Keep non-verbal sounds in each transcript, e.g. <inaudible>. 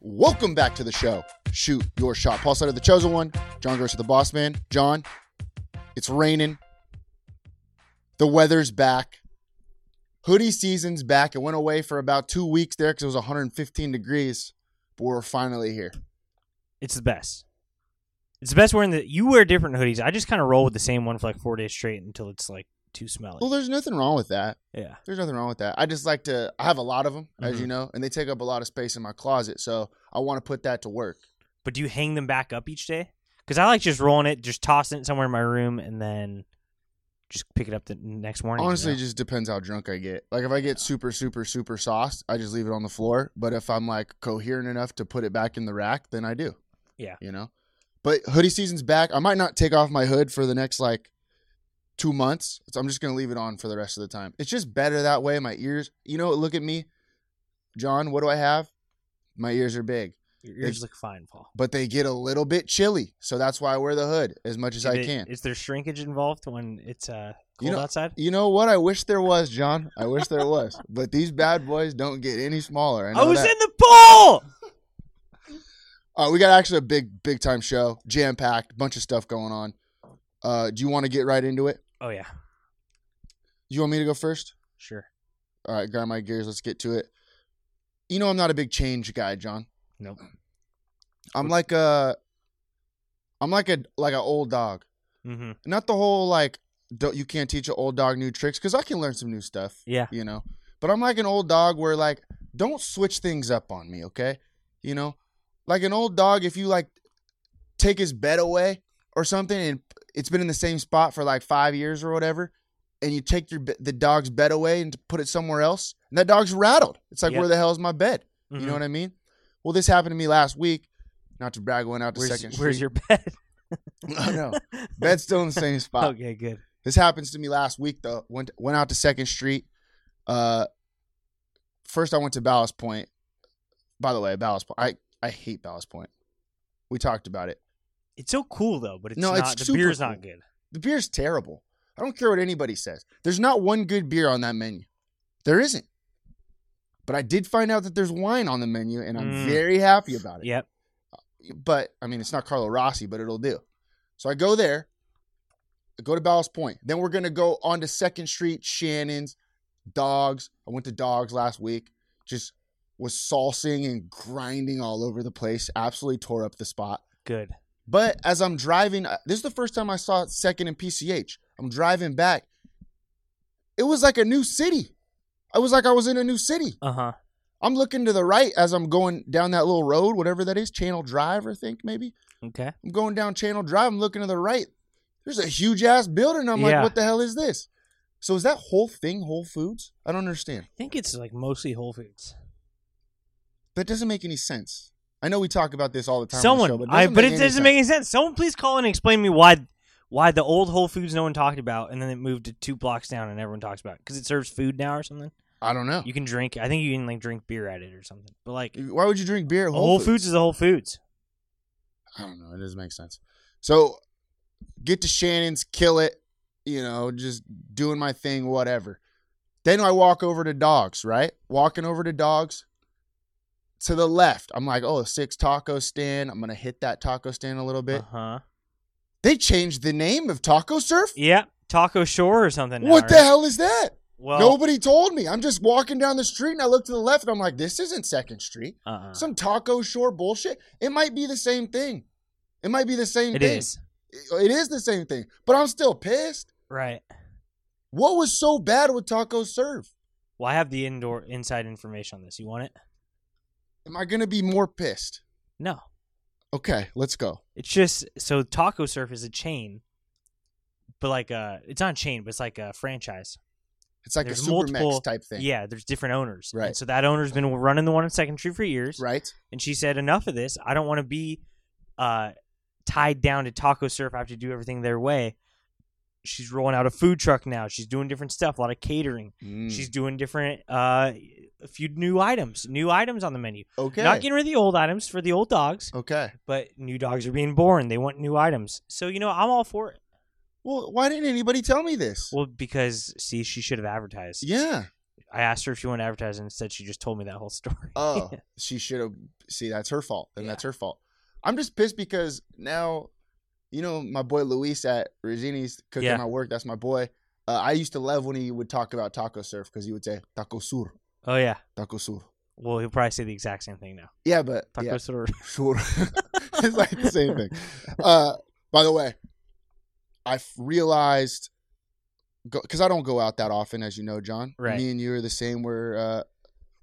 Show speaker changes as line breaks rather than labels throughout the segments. Welcome back to the show, Shoot Your Shot. Paul Sutter, the chosen one, John Gross, the boss man. John, it's raining. The weather's back. Hoodie season's back. It went away for about two weeks there because it was 115 degrees, but we're finally here.
It's the best. It's the best wearing the. You wear different hoodies. I just kind of roll with the same one for like four days straight until it's like too smelly.
Well, there's nothing wrong with that.
yeah.
There's nothing wrong with that. I just like to. I have a lot of them, as
Mm-hmm.
you know, and they take up a lot of space in my closet. So I want to put that to work.
But do you hang them back up each day? Because I like just rolling it, just tossing it somewhere in my room, and then just pick it up the next morning. you
Honestly,
know?
it just depends how drunk I get. Like if I get super, super, super sauced, I just leave it on the floor. But if I'm like coherent enough to put it back in the rack, then I do.
Yeah.
you know. But hoodie season's back. I might not take off my hood for the next like two months. So I'm just gonna leave it on for the rest of the time. It's just better that way. My ears, you know, look at me, John. What do I have? My ears are big.
your ears look fine, Paul.
but they get a little bit chilly. So that's why I wear the hood as much as
Do
I
they-
can.
Is there shrinkage involved when it's uh,
You
cold
know-
outside?
You know what? I wish there was, John. I wish there was. But these bad boys don't get any smaller. I, know
I was
that.
in the pool.
Uh, we got actually a big, big time show, jam packed, bunch of stuff going on. Uh, do you want to get right into it?
Oh yeah,
You want me to go first?
sure.
All right, grab my gears. Let's get to it. You know, I'm not a big change guy, John.
Nope.
I'm like a, I'm like a like an old dog.
Mm-hmm.
Not the whole like don't, you can't teach an old dog new tricks because I can learn some new stuff.
Yeah.
you know. But I'm like an old dog where like don't switch things up on me, okay? You know, like an old dog, if you like take his bed away or something, and it's been in the same spot for like five years or whatever, and you take your be- the dog's bed away and put it somewhere else, and that dog's rattled. It's like
Yeah.
where the hell is my bed? You know
Mhm.
what I mean? Well, this happened to me last week. Not to brag, I went out to
Where's,
second.
where's
Street.
your bed?
<laughs>
<laughs>
no bed's still in the same spot?
okay, good.
This happens to me last week though. Went went out to Second Street. Uh, first I went to Ballast Point. By the way, Ballast Point. I I hate Ballast Point. We talked about it.
It's so cool though, but it's
No,
not.
it's
the
super
beer's not
cool.
good.
The beer's terrible. I don't care what anybody says. There's not one good beer on that menu. There isn't. But I did find out that there's wine on the menu, and I'm
Mm.
very happy about it.
Yep.
but I mean, it's not Carlo Rossi, but it'll do. So I go there, I go to Ballast Point. Then we're going to go on to Second Street, Shannon's, Dogs. I went to Dogs last week, just was salsing and grinding all over the place, absolutely tore up the spot.
Good.
But as I'm driving, uh, this is the first time I saw second in PCH. I'm driving back. It was like a new city. I was like I was in a new city.
Uh huh.
I'm looking to the right as I'm going down that little road, whatever that is, Channel Drive, I think maybe.
Okay.
I'm going down Channel Drive. I'm looking to the right. There's a huge ass building. I'm like,
Yeah.
what the hell is this? So is that whole thing Whole Foods? I don't understand.
I think it's like mostly Whole Foods.
That doesn't make any sense. I know we talk about this all the time. on the
Someone,
show, but it
I,
doesn't
but
make
it
any
doesn't
sense.
make any sense. Someone, please call in and explain to me why why the old Whole Foods no one talked about, and then it moved to two blocks down, and everyone talks about because it, serves food now or something.
I don't know.
You can drink. I think you can like drink beer at it or something. But like Whole,
Why would you drink beer at Whole,
Foods? is a Whole Foods.
I don't know. It doesn't make sense. So get to Shannon's, kill it, you know, just doing my thing, whatever. Then I walk over to dogs, right? Walking over to dogs to the left. I'm like, oh, six taco stand. I'm going to hit that taco stand a little
Uh
bit.
huh.
They changed the name of Taco Surf.
Yeah, Taco Shore or something. now,
what the
right?
hell is that?
Well,
Nobody told me. I'm just walking down the street and I look to the left and I'm like, this isn't Second Street.
Uh-uh.
Some taco shore bullshit. It might be the same thing. It might be the same
It
thing.
is.
It is the same thing. But I'm still pissed.
right.
What was so bad with taco serve?
Well, I have the indoor inside information on this. You want it?
Am I gonna be more pissed?
No.
Okay, let's go.
It's just so Taco Surf is a chain, but like uh it's not a chain, but it's like a franchise.
It's like
there's
a super
multiple
type thing.
Yeah, there's different owners.
Right.
And so that owner's been running the one on Second Street for years,
Right?
and she said, "Enough of this. I don't want to be uh tied down to Taco Surf. I have to do everything their way." She's rolling out a food truck now. She's doing different stuff, a lot of catering.
Mm.
She's doing different uh a few new items, new items on the menu.
okay. Oh.
Not getting rid of the old items for the old dogs.
okay.
but new dogs are being born. They want new items. So you know, I'm all for it.
Well, why didn't anybody tell me this?
Well, because see, she should have advertised. <laughs>
yeah.
I asked her if she wanted to advertise, and instead she just told me that whole <laughs> story.
Oh, she should have. See, that's her fault. And
Yeah.
that's her fault. I'm just pissed because now, you know, my boy Luis at Regini's cooking
Yeah.
my work. That's my boy. Uh, I used to love when he would talk about taco surf because he would say taco sur,
oh yeah.
taco sur.
Well, he'll probably say the exact same thing now.
Yeah, but
Taco
yeah, <laughs>
store.
sure, it's like the same thing. Uh, by the way, I f- realized because I don't go out that often, as you know, John.
Right.
Me and you are the same. We're uh,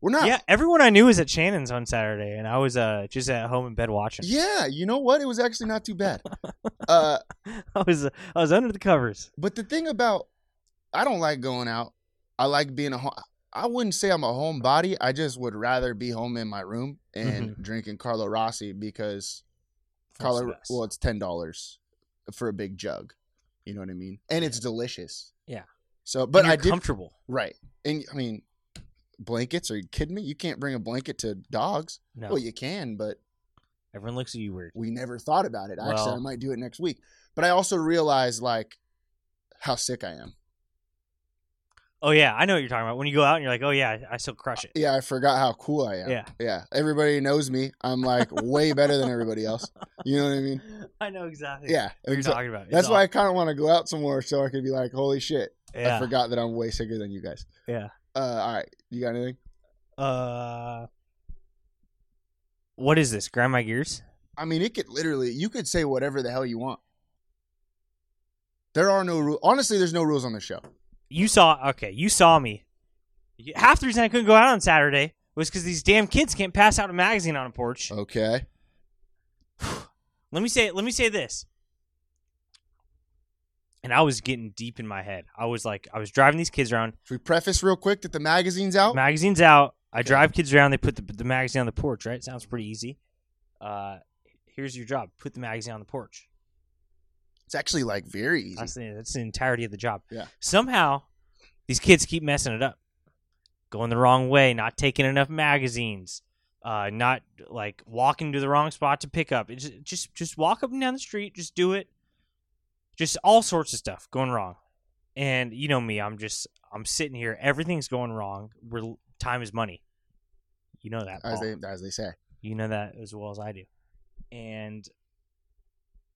we're not.
Yeah, everyone I knew was at Shannon's on Saturday, and I was uh just at home in bed watching.
Yeah, you know what? It was actually not too bad. uh,
<laughs> I was uh, I was under the covers.
but the thing about I don't like going out. I like being a home. I wouldn't say I'm a homebody. I just would rather be home in my room and
Mm-hmm.
drinking Carlo Rossi because
That's the
Carlo.
best.
Well, it's ten dollars for a big jug. You know what I mean? And it's delicious.
Yeah.
So,
And
but
you're
I did
comfortable.
right. And I mean, blankets? Are you kidding me? You can't bring a blanket to dogs.
No,
Well, you can, but
everyone looks at you weird.
we never thought about it. Actually, I
Well-
might do it next week. But I also realized like how sick I am.
Oh yeah, I know what you're talking about. When you go out and you're like, oh yeah, I, I still crush it.
Yeah, I forgot how cool I am.
Yeah.
Yeah. Everybody knows me. I'm like way better than everybody else. You know what I
<laughs>
mean?
<laughs> I know exactly.
Yeah.
what you're
exa-
talking about. It's
That's why I
awful.
kind of want to go out some more so I could be like, holy shit,
yeah.
I forgot that I'm way sicker than you guys.
Yeah.
Uh, all right. You got anything?
Uh, what is this? Grind my gears.
I mean, it could literally, you could say whatever the hell you want. There are no rules. Honestly, there's no rules on the show.
You saw? Okay, you saw me. You- Half the reason I couldn't go out on Saturday was because these damn kids can't pass out a magazine on a porch.
Okay.
Let me say. Let me say this. And I was getting deep in my head. I was like, I was driving these kids around.
Should we preface real quick that the magazine's out?
Magazine's out. I drive kids around. They put the, the magazine on the porch. Right? Sounds pretty easy. Uh, here's your job. Put the magazine on the porch.
It's actually like very easy.
That's the, that's the entirety of the job.
Yeah.
Somehow, these kids keep messing it up, going the wrong way, not taking enough magazines, uh, not like walking to the wrong spot to pick up. It just, just just walk up and down the street. Just do it. Just all sorts of stuff going wrong. And you know me, I'm just I'm sitting here. Everything's going wrong. We're time is money. You know that.
as
Paul.
they as they say.
You know that as well as I do. And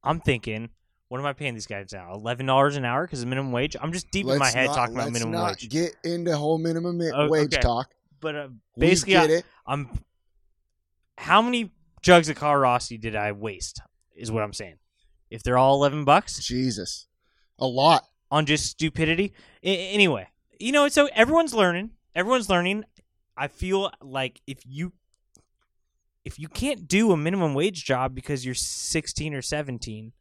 I'm thinking, what am I paying these guys now? Eleven dollars an hour because of minimum wage. I'm just deep in my
Let's
head
not-
talking about
let's
minimum
not
wage.
Get into whole minimum mi-
Oh,
wage
okay.
talk.
But uh,
We
basically,
get
I,
it.
I'm. How many jugs of Car Rossi did I waste? Is what I'm saying. If they're all eleven bucks
Jesus, a lot.
on just stupidity. A- anyway, you know, so everyone's learning. Everyone's learning. I feel like if you if you can't do a minimum wage job because you're 16 or 17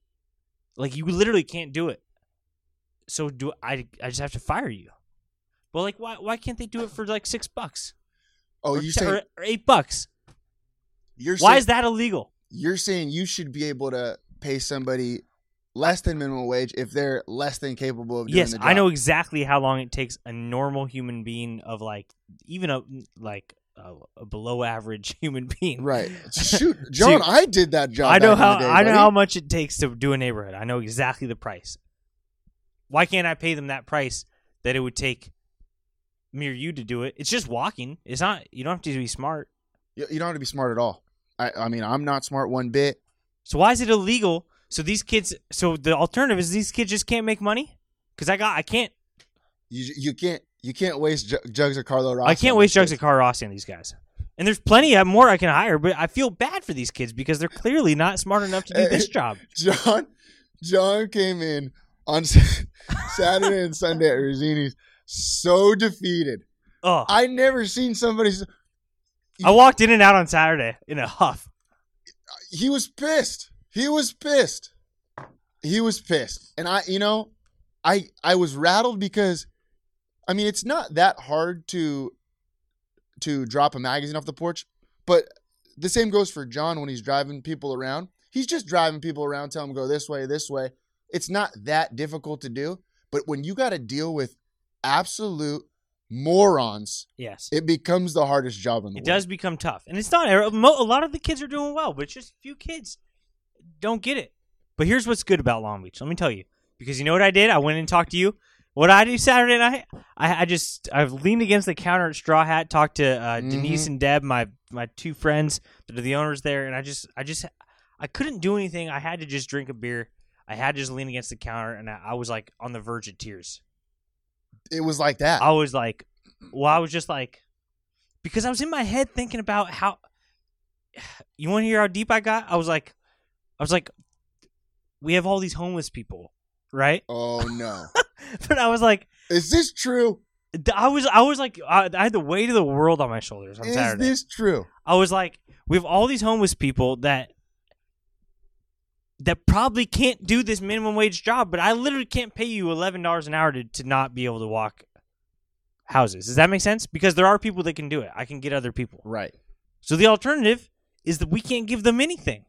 like you literally can't do it so do i i just have to fire you well like why why can't they do it for like six bucks
Oh,
or,
you
te-
say
or, or eight bucks
you're
why
saying,
is that illegal
you're saying you should be able to pay somebody less than minimum wage if they're less than capable of doing
yes
the job.
i know exactly how long it takes a normal human being of like even a like a, a below average <laughs> human being
Right, shoot, John,
Dude,
I did that job.
I know
back
how
in the day,
I know
buddy.
how much it takes to do a neighborhood. I know exactly the price. Why can't I pay them that price that it would take me or you to do it? It's just walking. It's not you don't have to be smart.
You, you don't have to be smart at all. I, I mean, I'm not smart one bit.
So why is it illegal? So these kids so the alternative is these kids just can't make money? Cuz I got I can't
You you can't You can't waste Ju- Jugs or Carlo Rossi.
I can't
on
waste
those
jugs at
kids.
Car Rossi on these guys. And there's plenty of more I can hire, but I feel bad for these kids because they're clearly not smart enough to do
Hey.
this job.
<laughs> John, John came in on <laughs> Sa- Saturday and Sunday at Rosini's so defeated.
Oh, I,
I never seen somebody. s-
Oh, walked in and out on Saturday in a huff.
He was pissed. He was pissed. He was pissed, and I, you know, I I was rattled because, I mean, it's not that hard to, to drop a magazine off the porch, but the same goes for John when he's driving people around. He's just driving people around, telling them go this way, this way. It's not that difficult to do, but when you got to deal with absolute morons,
Yes.
it becomes the hardest job in the
It
world.
does become tough, and it's not. A mo- a lot of the kids are doing well, but it's just a few kids don't get it. But here's what's good about Long Beach. Let me tell you, because you know what I did. I went and talked to you. What I do Saturday night, I, I just I leaned against the counter at Straw Hat, talked to uh,
Mm-hmm.
Denise and Deb, my my two friends that are the owners there, and I just I just I couldn't do anything. I had to just drink a beer. I had to just lean against the counter, and I, I was like on the verge of tears.
It was like that.
I was like, well, I was just like, because I was in my head thinking about how. <sighs> You want to hear how deep I got? I was like, I was like, we have all these homeless people, right? <laughs>
Oh no.
But I was like,
Is this true?
I was, I was like, I, I had the weight of the world on my shoulders on
Is
Saturday.
this true?
I was like, we have all these homeless people that that probably can't do this minimum wage job, but I literally can't pay you eleven dollars an hour to, to not be able to walk houses. Does that make sense? Because there are people that can do it. I can get other people.
Right.
So the alternative is that we can't give them anything.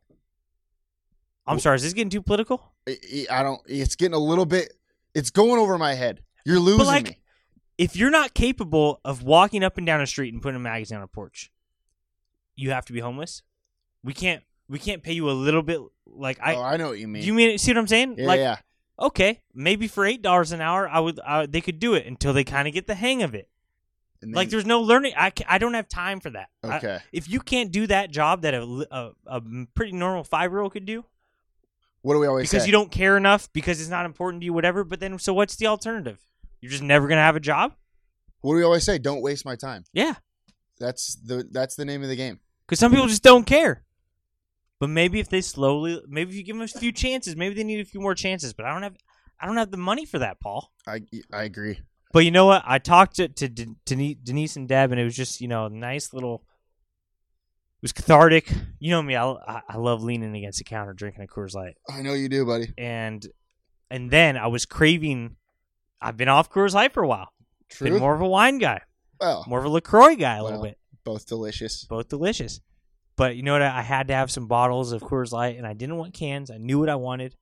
I'm sorry, is this getting too political?
I, I- I don't. It's getting a little bit. It's going over my head. You're losing
But like,
me.
if you're not capable of walking up and down a street and putting a magazine on a porch, you have to be homeless. We can't we can't pay you a little bit like I
oh, I know what you mean.
You mean see what I'm saying?
yeah,
like
yeah.
okay, maybe for eight dollars an hour, I would I, they could do it until they kind of get the hang of it.
And then-
Like there's no learning. I ca- I don't have time for that. I-
Okay.
if you can't do that job that a li- a, a pretty normal five year old could do
what do we always
because
say?
you don't care enough because it's not important to you whatever. But then so what's the alternative? You're just never gonna have a job.
what do we always say? Don't waste my time.
Yeah,
That's the that's the name of the game.
because some people just don't care. But maybe if they slowly, maybe if you give them a few chances, maybe they need a few more chances. But I don't have I don't have the money for that, Paul.
I I agree.
But you know what? I talked to, to De- Denise, Denise and Deb, and it was just you know a nice little. It was cathartic. You know me. I, I I love leaning against the counter, drinking a Coors Light,
I know you do, buddy.
and and then I was craving. I've been off Coors Light for a while.
True.
Been more of a wine guy,
well,
more of a Lacroix guy, a little
Well.
bit.
both delicious.
Both delicious. But you know what? I had to have some bottles of Coors Light, and I didn't want cans. I knew what I wanted.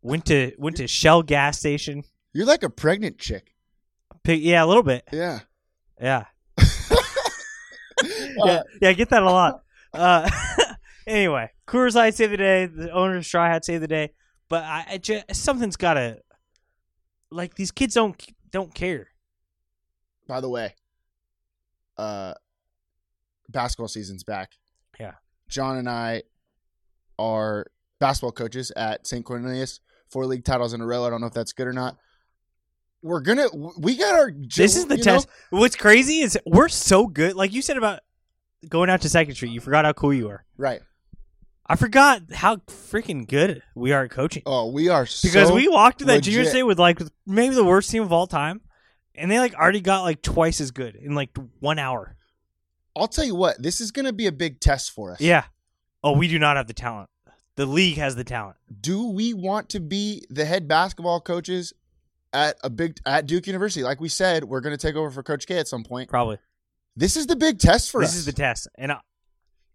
Went to went to Shell gas station.
You're like a pregnant chick.
Pick, yeah, a little bit.
Yeah.
Yeah.
<laughs> Uh,
yeah, yeah, I get that a lot. Uh, <laughs> anyway, Coors Light saved the day. The owner of Straw Hat saved the day. But I, I just, something's got to like these kids don't don't care.
By the way, uh, basketball season's back.
Yeah.
John and I are basketball coaches at St. Cornelius, four league titles in a row. I don't know if that's good or not. We're gonna. We got our.
This is the
you know,
test. What's crazy is we're so good. Like you said about going out to Second Street, you forgot how cool you were.
right?
I forgot how freaking good we are at coaching.
Oh, we are
because
so
we walked to that junior
legit.
state with like maybe the worst team of all time, and they like already got like twice as good in like one hour.
I'll tell you what. This is gonna be a big test for us.
Yeah. Oh, we do not have the talent. The league has the talent.
Do we want to be the head basketball coaches at a big at Duke University? Like we said, we're gonna take over for Coach K at some point.
Probably.
This is the big test for
this
us.
is the test, and I,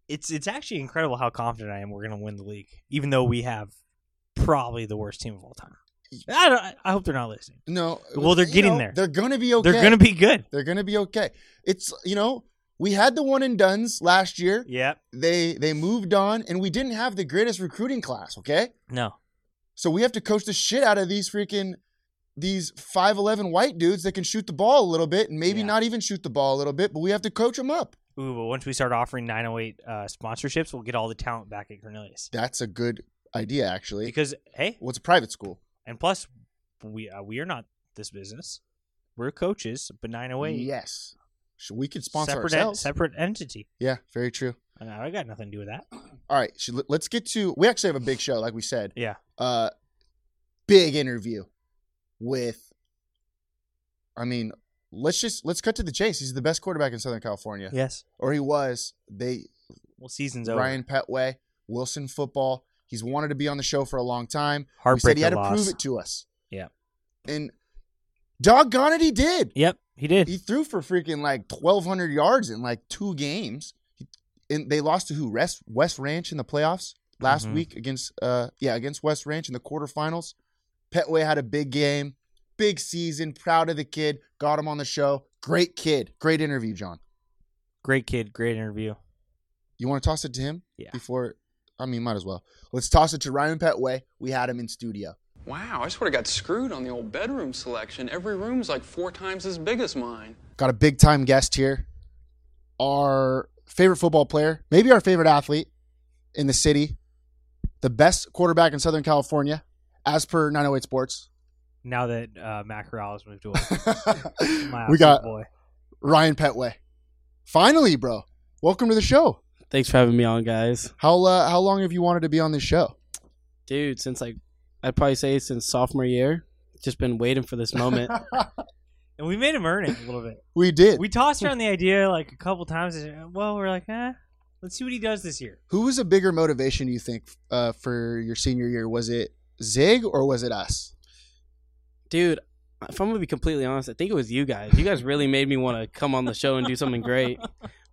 it's it's actually incredible how confident I am we're going to win the league, even though we have probably the worst team of all time. I don't, I- I hope they're not listening.
No.
Well, they're
you
getting
know,
there.
They're gonna be okay.
They're going to be good.
They're gonna be okay. It's you know we had the one and duns last year.
Yep.
They they moved on, and we didn't have the greatest recruiting class. Okay,
No.
so we have to coach the shit out of these freaking these five eleven white dudes that can shoot the ball a little bit, and maybe
Yeah.
not even shoot the ball a little bit, but we have to coach them up.
Ooh, but once we start offering 908 uh, sponsorships, we'll get all the talent back at Cornelius.
That's a good idea, actually.
Because hey,
What's it's a private school?
and plus we uh, we are not this business. We're coaches, but 908.
Yes. Should we could sponsor
separate,
ourselves.
separate entity.
yeah, very true.
Uh, I got nothing to do with that.
All right, should, let's get to. We actually have a big show, like we said.
Yeah.
Uh, big interview with. I mean, let's just let's cut to the chase. He's the best quarterback in Southern California,
Yes.
or he was. They
Well, season's over.
Ryan Petway, Wilson football. He's wanted to be on the show for a long time. We
Heartbreaker
said he had
loss.
to prove it to us.
Yeah.
And doggone it, he did.
Yep, he did.
He threw for freaking like twelve hundred yards in like two games. He- And they lost to who? Rest, West Ranch in the playoffs last
Mhm.
week against uh yeah against West Ranch in the quarterfinals. Petway had a big game, big season. Proud of the kid. Got him on the show. Great kid. Great interview, John.
great kid, great interview.
You want to toss it to him?
Yeah.
Before, I mean, might as well. Let's toss it to Ryan Petway. We had him in studio.
Wow, I swear I got screwed on the old bedroom selection. Every room's like four times as big as mine.
Got a big time guest here. Our favorite football player, maybe our favorite athlete in the city, the best quarterback in Southern California, as per 908 Sports.
Now that uh, Matt Corral has moved away,
<laughs>
my
we
absolute
got
boy.
Ryan Petway. Finally, bro. Welcome to the show.
Thanks for having me on, guys.
How uh, how long have you wanted to be on this show?
Dude, since like I'd probably say since sophomore year, just been waiting for this moment.
And we made him earn it a little bit.
<laughs> We did.
We tossed around the idea like a couple times. and, Well, we're like, eh, let's see what he does this year.
Who was a bigger motivation, you think, uh, for your senior year? Was it Zig or was it us?
Dude, if I'm gonna be completely honest, I think it was you guys. You guys really made me want to come on the show and do something great.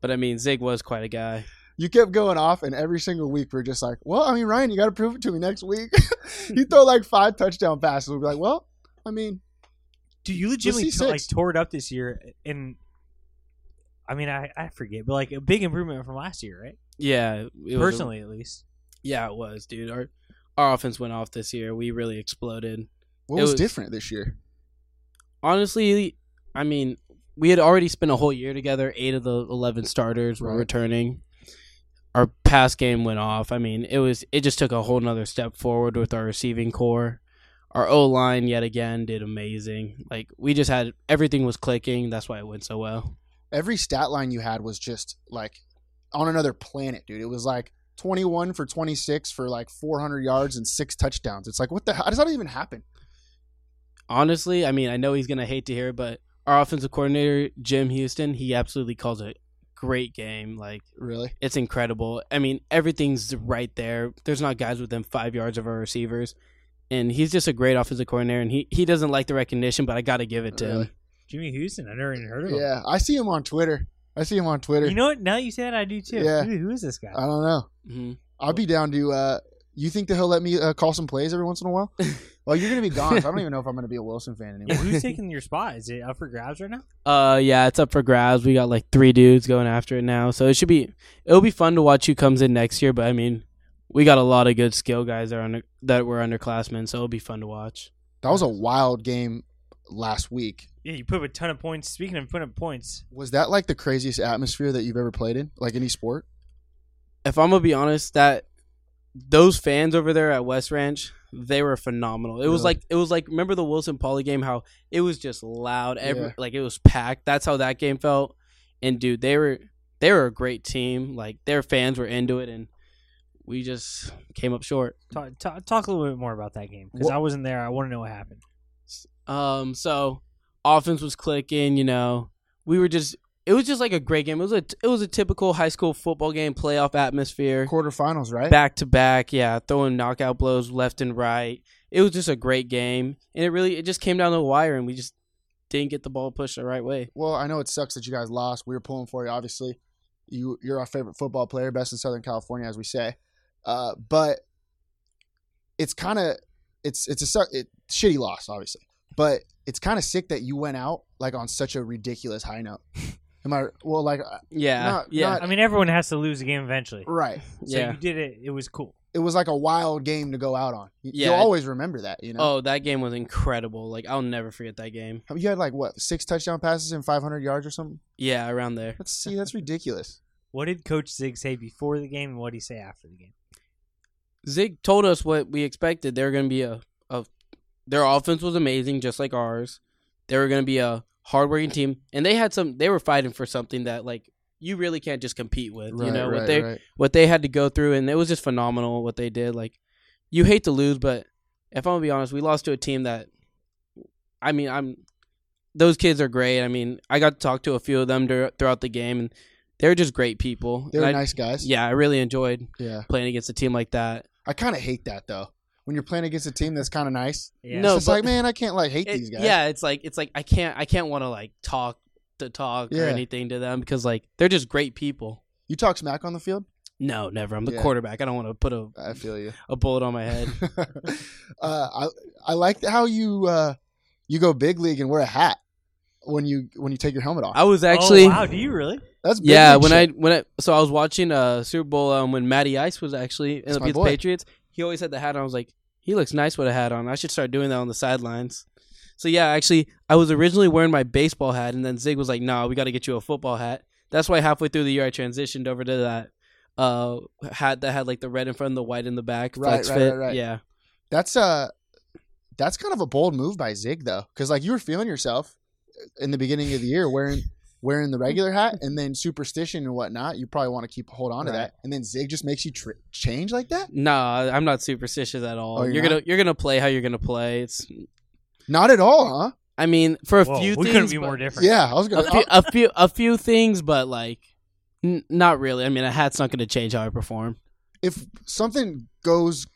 But I mean, Zig was quite a guy.
You kept going off, and every single week we're just like, well, I mean, Ryan, you got to prove it to me next week. <laughs> you throw like five touchdown passes. We'll be like, well, I mean,
Dude, you legitimately
see
t- like
six.
tore it up this year, and I mean, I, I forget, but like a big improvement from last year, right?
Yeah, it was a-
Personally, at least.
yeah, it was, dude. Our our offense went off this year. We really exploded.
what
It
was,
was-
different this year?
honestly, I mean, we had already spent a whole year together. Eight of the eleven starters were
Right.
returning. Our pass game went off. I mean, it was it just took a whole nother step forward with our receiving core. Our O line yet again did amazing. Like we just had everything was clicking. That's why it went so well.
Every stat line you had was just like on another planet, dude. It was like 21 for 26 for like 400 yards and six touchdowns. It's like, what the hell? How does that even happen?
Honestly, I mean, I know he's gonna hate to hear it, but our offensive coordinator Jim Houston, he absolutely calls it great game. Like
Really?
It's incredible. I mean, everything's right there. There's not guys within five yards of our receivers. And he's just a great offensive coordinator, and he, he doesn't like the recognition, but I got to give it to him.
Really?
Jimmy Houston, I never even heard of him.
Yeah. I see him on Twitter. I see him on Twitter.
You know what? Now you say that, I do too.
Yeah.
Who, who is this guy?
I don't know.
hmm
I'll be down to. Uh, you think that he'll let me uh, call some plays every once in a while? well, you're gonna be gone. So I don't even know if I'm gonna be a Wilson fan
yeah,
anymore. <laughs>
who's taking your spot? Is it up for grabs right now?
Uh, yeah, it's up for grabs. We got like three dudes going after it now, so it should be it'll be fun to watch who comes in next year. But I mean, we got a lot of good skill guys that are under, that were underclassmen, so it'll be fun to watch.
That was a wild game last week.
Yeah, you put up a ton of points. Speaking of putting up points,
Was that like the craziest atmosphere that you've ever played in, like any sport?
If I'm gonna be honest, that those fans over there at West Ranch, they were phenomenal. It was
Really?
like it was like remember the Wilson Pauley game? How it was just loud. Every
Yeah.
like it was packed. That's how that game felt. And dude, they were they were a great team. Like their fans were into it, and we just came up short.
talk, talk, talk a little bit more about that game because
What-
I wasn't there. I want to know what happened.
Um, so offense was clicking. You know, we were just. It was just like a great game. It was a it was a typical high school football game, playoff atmosphere.
Quarterfinals, right?
back to back. Yeah, throwing knockout blows left and right. It was just a great game, and it really it just came down to the wire, and we just didn't get the ball pushed the right way.
well, I know it sucks that you guys lost. We were pulling for you, obviously. You you're our favorite football player, best in Southern California, as we say. Uh, but it's kind of it's it's a su- it, shitty loss, obviously. But it's kind of sick that you went out like on such a ridiculous high note. Am I well? Like uh,
Yeah,
Not-
yeah,
not-
I mean, everyone has to lose a game eventually.
right?
So
Uh, yeah.
you did it. It was cool.
It was like a wild game to go out on. You,
Yeah.
will always remember that, you know.
Oh, that game was incredible. Like I'll never forget that game.
I mean, You had like what six touchdown passes and 500 yards or something.
Yeah, around there.
Let's see,
<laughs>
that's ridiculous.
What did Coach Zig say before the game, and what did he say after the game?
Zig told us what we expected. They were going to be a, a their offense was amazing, just like ours. They were going to be a hardworking team, and they had some. They were fighting for something that like you really can't just compete with. you know what they
right.
what they had to go through, and it was just phenomenal what they did. Like, you hate to lose, but if I'm gonna be honest, we lost to a team that, I mean, I'm those kids are great. I mean, I got to talk to a few of them dur- throughout the game, and they're just great people.
They were
And I-
nice guys.
Yeah, I really enjoyed
yeah.
playing against a team like that.
I kind of hate that though. When you're playing against a team that's kind of nice,
Yeah.
No,
it's just
but-
like man, I can't like hate
It-
these guys.
Yeah, it's like it's like I can't I can't want to like talk to talk
Yeah.
or anything to them because like they're just great people.
You talk smack on the field.
No, never. I'm the
Yeah.
quarterback. I don't want to put a,
I feel
<laughs>
you. <laughs>
a bullet on
<laughs>
my head.
uh, I I like how you uh, you go big league and wear a hat when you when you take your helmet off.
I was actually
Oh, wow, do you really?
That's big
Yeah,
league
when I
shit.
when I so I was watching uh Super Bowl um, when Matty Ice was actually in
That's
the
my
Beats
boy.
Patriots. He always had the hat on. I was like, he looks nice with a hat on. I should start doing that on the sidelines. So yeah, actually, I was originally wearing my baseball hat, and then Zig was like, "Nah, we got to get you a football hat." That's why halfway through the year I transitioned over to that uh hat that had like the red in front, and the white in the back,
Right,
flex
right,
fit.
right, right.
Yeah,
that's uh that's kind of a bold move by Zig though, because like you were feeling yourself in the beginning of the year wearing wearing the regular hat, and then superstition and whatnot. You probably want to keep hold on to that, and then Zig just makes you tr- change like that.
nah, I'm not superstitious at all.
Oh, you're
you're, gonna you're gonna play how you're gonna play. It's
Not at all, huh?
I mean for a
Whoa,
few
we
things,
couldn't be
but-
more different.
Yeah, I was
a
gonna. uh,
few, a few, a few things, but like, n- not really. I mean, a hat's not going to change how I perform.
if something goes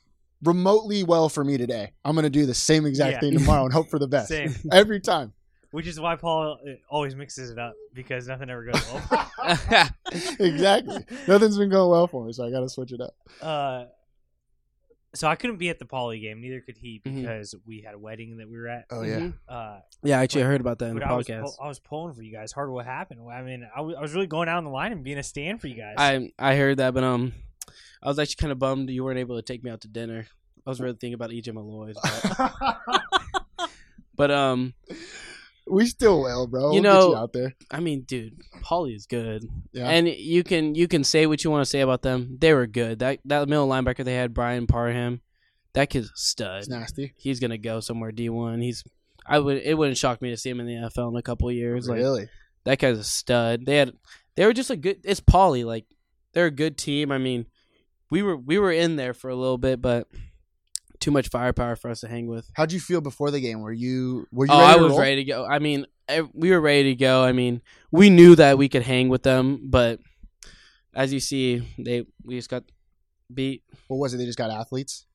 remotely well for me today, I'm going to do the same exact
Yeah.
thing tomorrow and hope <laughs> for the best.
Same.
Every <laughs> time.
Which is why Paul uh, always mixes it up because nothing ever goes well.
<laughs>
exactly. Nothing's been going well for me, so I got to switch it up.
uh, so I couldn't be at the Poly game. Neither could he
Mhm.
because we had a wedding that we were at.
Oh,
yeah. Mhm.
Uh,
Yeah, actually, I heard about that in the
but I was,
podcast.
pull- I was pulling for you guys hard. What happened? I mean, I was- I was really going down the line and being a stand for you guys.
I I heard that, but um, I was actually kind of bummed you weren't able to take me out to dinner. I was really thinking about EJ Malloy's, but,
<laughs>
but, um,
We still will, bro. We'll
You
get
know-
you out there.
I mean, dude, Paulie is good,
Yeah.
and you can you can say what you want to say about them. They were good. That that middle linebacker they had, Brian Parham, that kid's a stud.
It's nasty.
he's gonna go somewhere D one. He's I would it wouldn't shock me to see him in the NFL in a couple of years. Like
really?
that guy's a stud. They had they were just a good it's Pauly, like they're a good team. I mean we were we were in there for a little bit, but too much firepower for us to hang with.
How'd you feel before the game? Were you were you
Oh,
ready
I
to
was
roll?
ready to go. I mean, ev- we were ready to go. I mean, we knew that we could hang with them, but as you see, they we just got beat.
What was it? They just got athletes?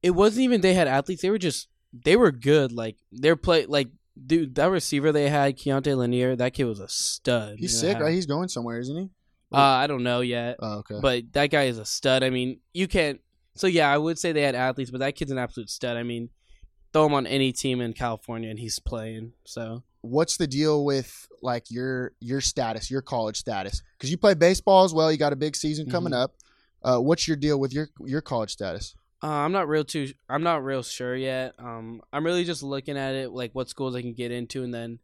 it wasn't even they had athletes. They were just they were good. Like their play, like dude, that receiver they had, Keontae Lanier, that kid was a stud.
He's
Yeah.
sick, right? He's going somewhere, isn't he?
Uh, I don't know yet,
Oh, okay.
but that guy is a stud. I mean, you can't. So yeah, I would say they had athletes, but that kid's an absolute stud. I mean, throw him on any team in California and he's playing. So
What's the deal with like your your status, your college status? Because you play baseball as well. You got a big season coming up. Uh, what's your deal with your your college status?
uh, I'm not real too. I'm not real sure yet. Um, I'm really just looking at it like what schools I can get into, and then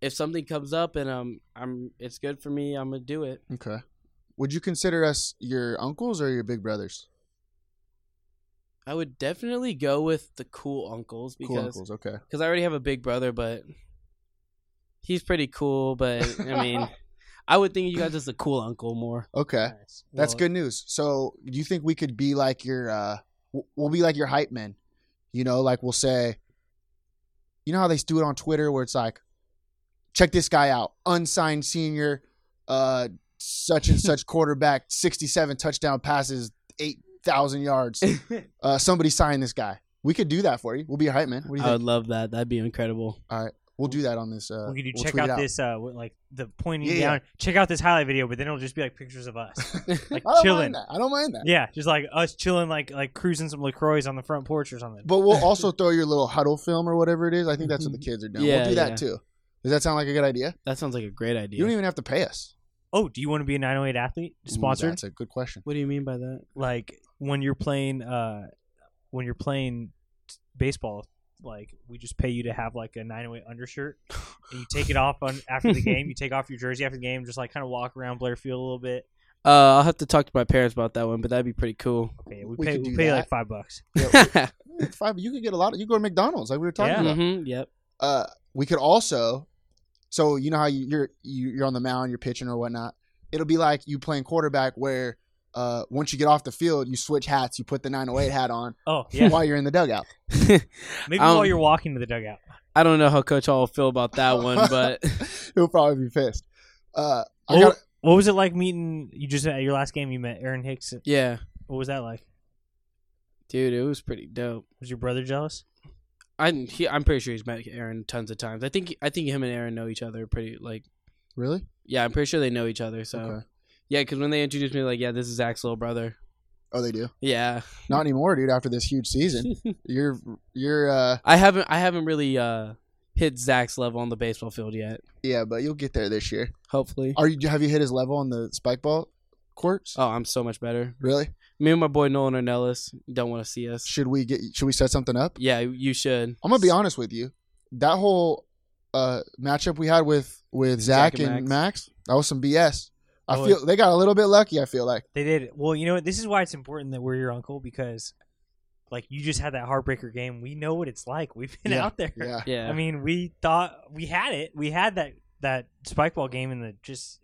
if something comes up and um, I'm it's good for me, I'm gonna do it.
Okay. Would you consider us your uncles or your big brothers?
I would definitely go with the cool uncles
Cool
because
uncles. Okay.
because I already have a big brother, but he's pretty cool. But I
<laughs>
mean, I would think you guys as the cool uncle more.
Okay.
Nice.
That's
Well,
good news. So, do you think we could be like your? uh w- We'll be like your hype men. You know, like we'll say. You know how they do it on Twitter, where it's like, check this guy out, unsigned senior, uh, such and
<laughs>
such quarterback, sixty-seven touchdown passes, eight thousand
<laughs>
yards. Uh, somebody sign this guy. We could do that for you. We'll be your hype man. What do you
I
Uh,
think?
would love that. That'd be incredible.
we'll do that on this. Uh,
We could do
we'll
check
tweet
out,
it
this uh what, like the pointing
Yeah, yeah.
down. Check out this highlight video, but then it'll just be like pictures
<laughs>
of us, like
I don't
chilling.
mind that. I don't mind that.
Yeah, just like us chilling, like like cruising some Lacroix on the front porch or something.
But we'll also throw your little huddle film or whatever it is. I think that's what the kids are doing.
Yeah,
we'll do that
yeah.
too. Does that sound like a good idea?
That sounds like a great idea.
You don't even have to pay us.
Oh, do you want to be a 908 athlete?
Ooh,
Sponsored?
that's a good question.
what do you mean by that?
like when you're playing uh when you're playing t- baseball, like we just pay you to have like a 908 undershirt and you take it off on after the game, you take off your jersey after the game, just like kind of walk around Blair Field a little bit.
Uh, I'll have to talk to my parents about that one, but that'd be pretty cool. <laughs>
Okay, we,
We
pay
could
we
do
pay
that.
like 5 bucks.
Mm-hmm,
Five, you could get a lot. Of, you go to McDonald's like we were talking
Yeah.
about.
hmm Yep.
Uh, we could also So you know how you, you're you, you're on the mound, you're pitching or whatnot. It'll be like you playing quarterback, where uh, once you get off the field, you switch hats. You put the 908 hat on
Oh
<laughs>
yeah,
while you're in the dugout.
maybe
I don't-
Um,
while you're walking to the dugout.
I don't know how Coach Hall will feel
<laughs>
about that one, but
He'll probably be pissed. Uh, I
What,
got
what was it like meeting you just at your last game? You met Aaron Hicks.
yeah,
What was that like?
dude, it was pretty dope.
Was your brother jealous?
I he, I'm pretty sure he's met Aaron tons of times. I think I think him and Aaron know each other pretty like
really
yeah. I'm pretty sure they know each other. So
Okay.
yeah, because when they introduced me, like yeah, this is Zach's little brother.
Oh, they do
Yeah,
not anymore, dude. After this huge season, you're you're uh,
I haven't I haven't really uh, hit Zach's level on the baseball field yet.
yeah, but you'll get there this year.
Hopefully.
Are you have you hit his level on the spike ball courts?
Oh, I'm so much better.
Really?
Me and my boy Nolan Ornelas don't want to see us.
Should we get? Should we set something up?
Yeah, you should.
I'm gonna be honest with you. That whole uh, matchup we had with with Zach, and, Max. that was some BS. I
Oh,
feel they got a little bit lucky. I feel <laughs> like
They did. Well, you know what? This is why it's important that we're your uncle because, like, you just had that heartbreaker game. We know what it's like. We've been
Yeah,
out there.
yeah.
Yeah.
I mean, we thought we had it. We had that that spike ball game, and the just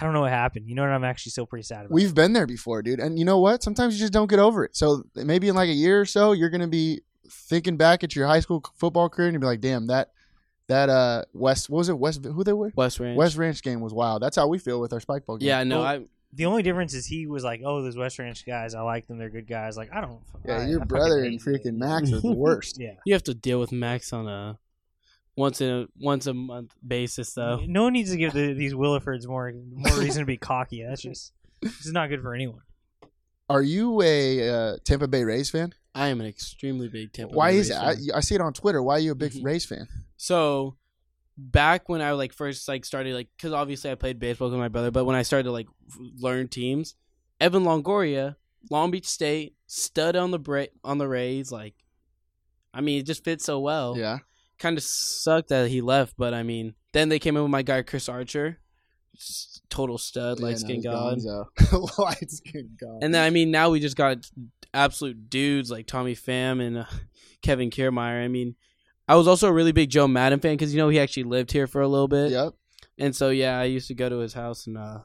I don't know what happened. You know what? I'm actually still pretty sad about.
We've been there before, dude. And you know what? Sometimes you just don't get over it. So maybe in like a year or so, you're gonna be thinking back at your high school c- football career and you'll be like, damn that that uh West what was it West who they were
West Ranch.
West Ranch game was wild. That's how we feel with our spike ball game.
Yeah, no,
Well,
I
the only difference is he was like, "Oh, those West Ranch guys, I like them. They're good guys." Like, I don't.
Yeah,
I- I
your
fucking
brother
hate
and
you.
freaking Max
<laughs>
are the worst.
Yeah.
you have to deal with Max on a once in a once a month basis though.
No one needs to give the, these Willifords more more
<laughs>
reason to be cocky. That's just this is not good for anyone.
Are you a uh, Tampa Bay Rays fan?
I am an extremely big Tampa.
Why
Bay
is it?
Rays
I,
fan.
I see it on Twitter. Why are you a big
Mhm.
Rays fan?
so back when I like first like started like because obviously I played baseball with my brother, but when I started to like f- learn teams, Evan Longoria, Long Beach State, stud on the Bra- on the Rays, like I mean it just fits so well.
Yeah.
kind of sucked that he left, but I mean, then they came in with my guy Chris Archer, S- total stud, light skin god.
<laughs> light skin god.
And then I mean, now we just got absolute dudes like Tommy Pham and uh, <laughs> Kevin Kiermaier. I mean, I was also a really big Joe Madden fan because you know he actually lived here for a little bit,
yep.
and so yeah, I used to go to his house and uh,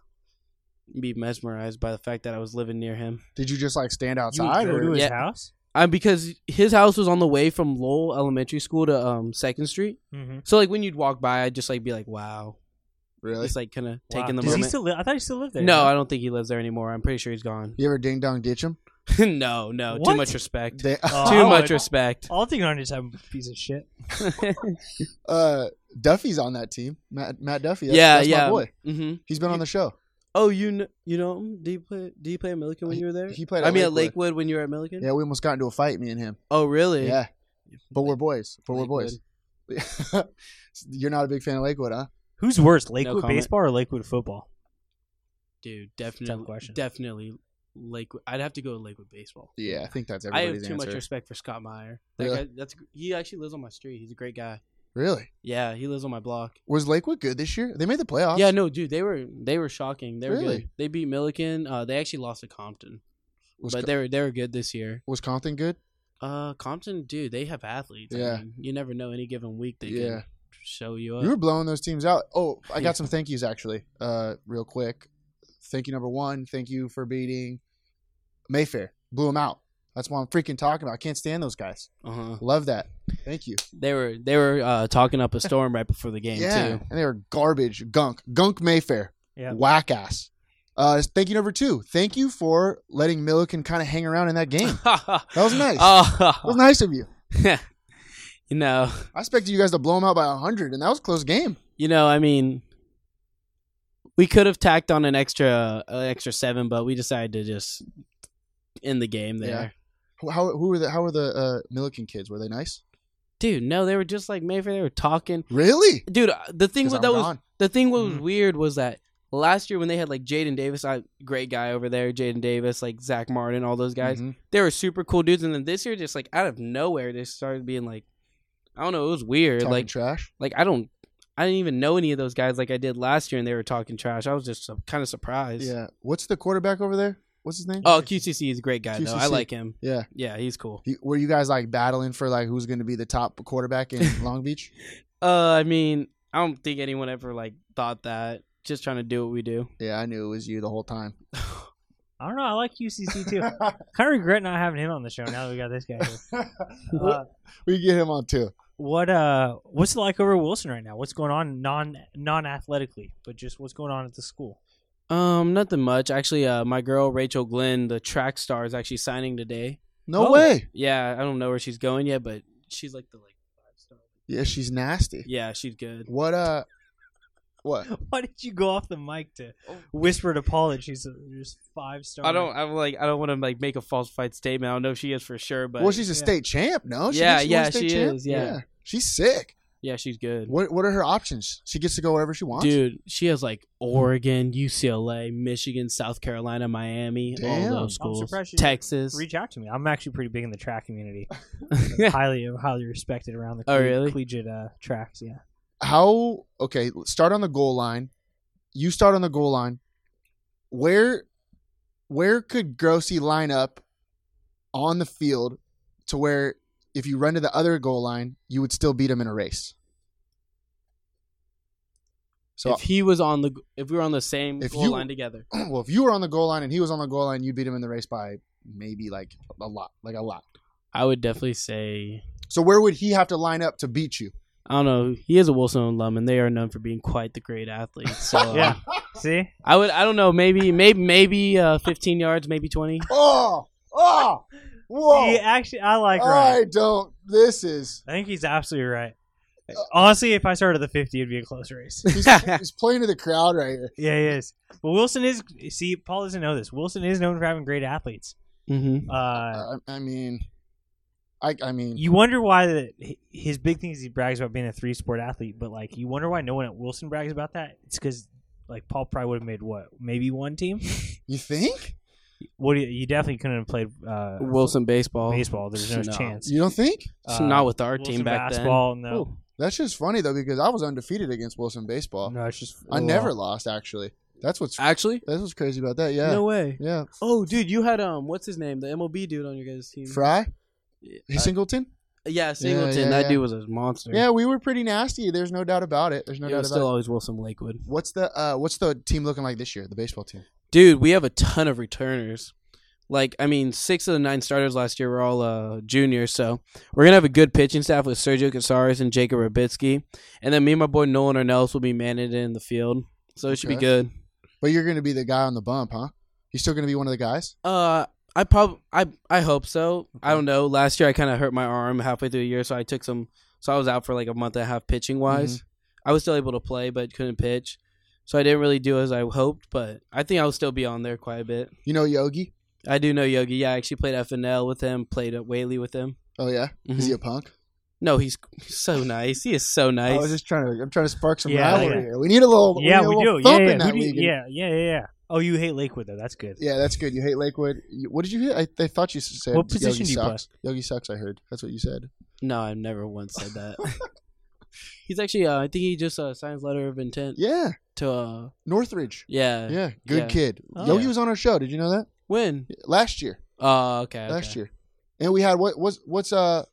be mesmerized by the fact that I was living near him.
Did you just like stand
You would
outside?
go
or-
to his
Yeah.
house.
I because his house was on the way from Lowell Elementary School to um Second Street,
Mm-hmm.
so like when you'd walk by, I'd just like be like, wow,
really?
It's like kind of taking the
Mm-hmm. Does
moment.
he still live? I thought he still lived there.
no, I don't think he lives there anymore. I'm pretty sure he's gone. <laughs>
You ever ding dong ditch him?
no, no,
What?
too much respect.
They, <laughs>
Oh, I
too much
would. <laughs>
respect. <laughs>
I'll think on just have a piece of shit.
uh, Duffy's on that team. Matt, Matt Duffy. That's,
yeah,
that's
yeah.
My boy.
hmm
He's been on the show.
Oh, you know, you know, him? do you play? Do you play at Milliken when you were there?
He played.
I mean, at
Lakewood.
Lakewood when you were at Milliken.
Yeah, we almost got into a fight, me and him.
Oh, really?
Yeah, but we're boys. But we're boys.
Lakewood.
<laughs> You're not a big fan of Lakewood, huh?
Who's worse, Lakewood
comment.
baseball or Lakewood football?
Dude,
Tough
definitely,
question.
definitely Lakewood. I'd have to go to Lakewood baseball.
Yeah, I think that's
I have
everybody's
too
answer.
much respect for Scott Meyer. That
Really?
guy, that's he actually lives on my street. He's a great guy.
really?
Yeah, he lives on my block.
Was Lakewood good this year? They made the playoffs.
Yeah, no, dude, they were they were shocking. They were
Really?
good. They beat Milliken. Uh, they actually lost to Compton,
Was,
but
Co-
they were they were good this year.
was Compton good?
Uh, Compton, dude, they have athletes.
Yeah.
I mean, you never know any given week they
Yeah.
can show you up.
You were blowing those teams out. Oh, I got
Yeah.
some thank yous actually, uh, real quick. Thank you number one. Thank you for beating Mayfair. Blew them out. That's what I'm freaking talking about. I can't stand those guys.
uh-huh.
Love that. Thank you.
They were they were uh, talking up a storm right before the game
yeah,
too. <laughs>
and they were garbage, gunk, gunk Mayfair,
Yeah.
whack ass. Uh, thank you number two. Thank you for letting Milliken kind of hang around in that
<laughs>
game.
that
That was nice. that was
Oh, <laughs>
nice of you.
you know,
I expected you guys to blow them out by hundred, and that was a close game.
you know. I mean, we could have tacked on an extra uh, an extra seven, but we decided to just end the game there.
Yeah. Who- How who were the how were the uh, Milliken kids? Were they nice?
Dude, no, they were just like Mayfair. They were talking.
Really?
Dude, uh, the thing
'Cause
with
I'm
that was
gone. Mm-hmm.
The thing what was
Mhm.
weird was that last year when they had like Jaden Davis, I great guy over there, Jaden Davis, like Zach Martin, all those guys,
Mhm.
they were super cool dudes. And then this year, just like out of nowhere, they started being like, I don't know, it was weird.
Talking
like,
trash.
like I don't, I didn't even know any of those guys like I did last year, and they were talking trash. I was just kind of surprised.
Yeah. What's the quarterback over there? What's his name?
Oh, QCC is a great guy though. I
QCC.
like him.
Yeah.
Yeah, he's cool.
He,
<laughs>
were you guys like battling for like who's going to be the top quarterback in Long Beach?
Uh, I mean, I don't think anyone ever like thought that. Just trying to do what we do.
Yeah, I knew it was you the whole time.
I don't know. I like UCC too. kind of regret not having him on the show now that we got this guy. Here. Uh,
<laughs> we get him on too.
what uh, what's it like over at Wilson right now? What's going on non non athletically, but just what's going on at the school? <laughs>
Um, nothing much actually. Uh, my girl Rachel Glenn, the track star, is actually signing today.
No
Oh.
way.
Yeah, I don't know where she's going yet, but she's like the like five star.
Yeah, she's nasty.
Yeah, she's good.
What uh what?
Why did you go off the mic to whisper to Paul that she's a, just five star?
Oh. I don't. I'm like. I don't want to like make a falsified statement. I don't know if she is for sure, but
well, she's a
yeah.
state champ, no?
Yeah,
didn't won
yeah,
state
she is, yeah.
She's sick.
yeah, she's good.
What what are her options? She gets to go wherever she wants.
Dude, she has like Oregon, UCLA, Michigan, South Carolina, Miami,
Damn.
all
I'm
those schools,
surprised she didn't
Texas. <laughs>
reach out to me. I'm actually pretty big in the track community. highly highly respected around the
Oh,
cle-
really?
collegiate uh, tracks. Yeah.
How okay, start on the goal line. You start on the goal line. Where where could Grossi line up on the field to where if you run to the other goal line, you would still beat him in a race? So
if he was on the, if we were on the same
If
goal
you-
line together,
<clears throat> well, if you were on the goal line and he was on the goal line, you'd beat him in the race by maybe like a lot, like a lot.
I would definitely say
So where would he have to line up to beat you?
I don't know. He is a Wilson alum, and they are known for being quite the
<laughs>
great athletes. So uh, <laughs>
Yeah. See,
I would. I don't know. Maybe, maybe, maybe uh, 15 yards,
<laughs>
maybe 20.
Oh, oh, whoa!
See, actually, I like
I
Ryan.
don't. This is
I think he's absolutely right. Honestly, if I started the 50, it'd be a close race.
he's, <laughs> he's playing to the crowd right here.
yeah, he is. But Wilson is. See, Paul doesn't know this. Wilson is known for having great athletes.
Mm-hmm.
Uh,
I, I mean, I, I mean,
you wonder why that his big thing is he brags about being a three sport athlete, but like you wonder why no one at Wilson brags about that. It's because like Paul probably would have made what maybe one team.
you think?
What do you, you definitely couldn't have played uh,
Wilson baseball.
baseball. There's no,
No.
chance. Uh,
You don't think?
It's not with our
Wilson
team back
basketball,
then.
No,
Ooh.
That's just funny though because I was undefeated against Wilson
Oh.
baseball.
no, it's just
I never lost actually. That's what's
Actually,
that's what's crazy about that. Yeah,
no way.
yeah.
Oh, dude, you had um, what's his name, the MLB dude on your guys' team?
Fry,
Uh,
Singleton.
yeah, Singleton.
yeah,
that
yeah.
dude was a monster.
Yeah, we were pretty nasty. There's no doubt about it. There's no
it
doubt
was still
about it.
always Wilson Lakewood.
What's the uh, what's the team looking like this year? The baseball team.
Dude, we have a ton of returners. Like, I mean, six of the nine starters last year were all uh, juniors, so we're gonna have a good pitching staff with Sergio Casares and Jacob Rabitsky, and then me and my boy Nolan Ornelas will be manning it in the field, so it should
Okay.
be good.
But you're going to be the guy on the bump, huh? You're still going to be one of the guys.
Uh, I probably I I hope so. I don't know. Last year I kind of hurt my arm halfway through the year, so I took some. So I was out for like a month and a half pitching wise. I was still able to play, but couldn't pitch, so I didn't really do as I hoped. But I think I'll still be on there quite a bit.
You know Yogi.
I do know Yogi. Yeah, I actually played FNL with him. Played at Whaley with him.
Oh yeah, is
Mhm.
Mm-hmm.
he a punk?
No, he's he's so nice. He is so nice.
I was just trying to. I'm trying to spark some
Yeah,
rivalry
yeah.
here. We need a little.
Yeah,
we, need
we
a little
do. Yeah,
thump
yeah.
in that
Who do you-
league.
yeah, yeah, yeah, yeah. Oh, you hate Lakewood though. That's good.
Yeah, that's good. You hate Lakewood. You, what did you hit? I, I thought you said
What
Yogi
position do you play?
sucks. Yogi sucks. I heard. That's what you said.
no, I've never once said that. he's actually. Uh, I think he just uh, signed his letter of intent
Yeah,
to. Uh,
Northridge.
yeah.
Yeah, good
yeah.
kid.
Oh.
Yogi
Yeah.
was on our show. Did you know that
When?
last year?
Oh, okay. okay.
Last year, and we had what? What's what's uh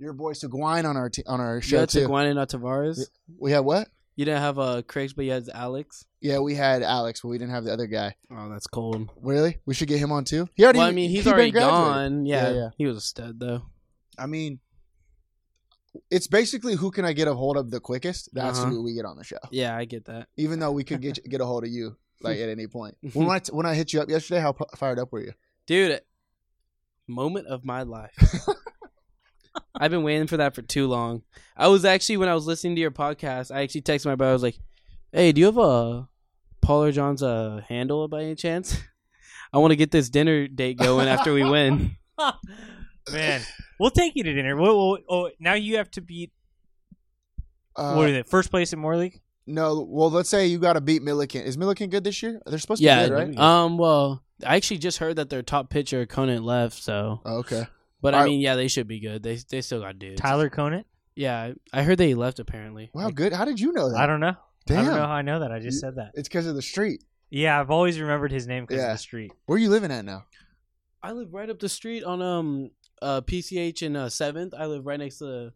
your boy Seguin on our t- on our
You
show
had
too?
Seguin and Tavares.
We had what?
You didn't have uh, Craig's, but you had Alex.
Yeah, we had Alex, but we didn't have the other guy.
Oh, that's cold.
Really? We should get him on too. He already.
Well, I mean,
he
he's
been
already
graduated.
gone. Yeah,
Yeah, yeah.
he was a stud though.
I mean, it's basically who can I get a hold of the quickest? That's
Uh-huh.
who we get on the show.
Yeah, I get that.
Even though we could
<laughs>
get get a hold of you like at any point. When I t- when I hit you up yesterday, how p- fired up were you?
Dude, moment of my life.
<laughs>
I've been waiting for that for too long. I was actually when I was listening to your podcast, I actually texted my brother. I was like, "Hey, do you have a Paul or John's uh, handle by any chance? <laughs> I want to get this dinner date going after we
<laughs>
win." <laughs>
Man, we'll take you to dinner. We'll, we'll- oh, now you have to beat
Uh,
what is it? First place in More League.
no, well, let's say you got to beat Milliken. Is Milliken good this year? They're supposed to
yeah.
be good, right?
Um. Well, I actually just heard that their top pitcher opponent left, so
Oh, okay.
But
All
I
right.
mean, yeah, they should be good. They they still got dudes.
Tyler Conant.
Yeah, I heard they left apparently.
Wow, good. How did you know that?
I don't know.
Damn.
I don't know how I know that. I just
You-
said that.
It's because of the street.
Yeah, I've always remembered his name because
Yeah.
of the street.
Where you living at now?
I live right up the street on um uh PCH and uh Seventh. <laughs> I live right next to.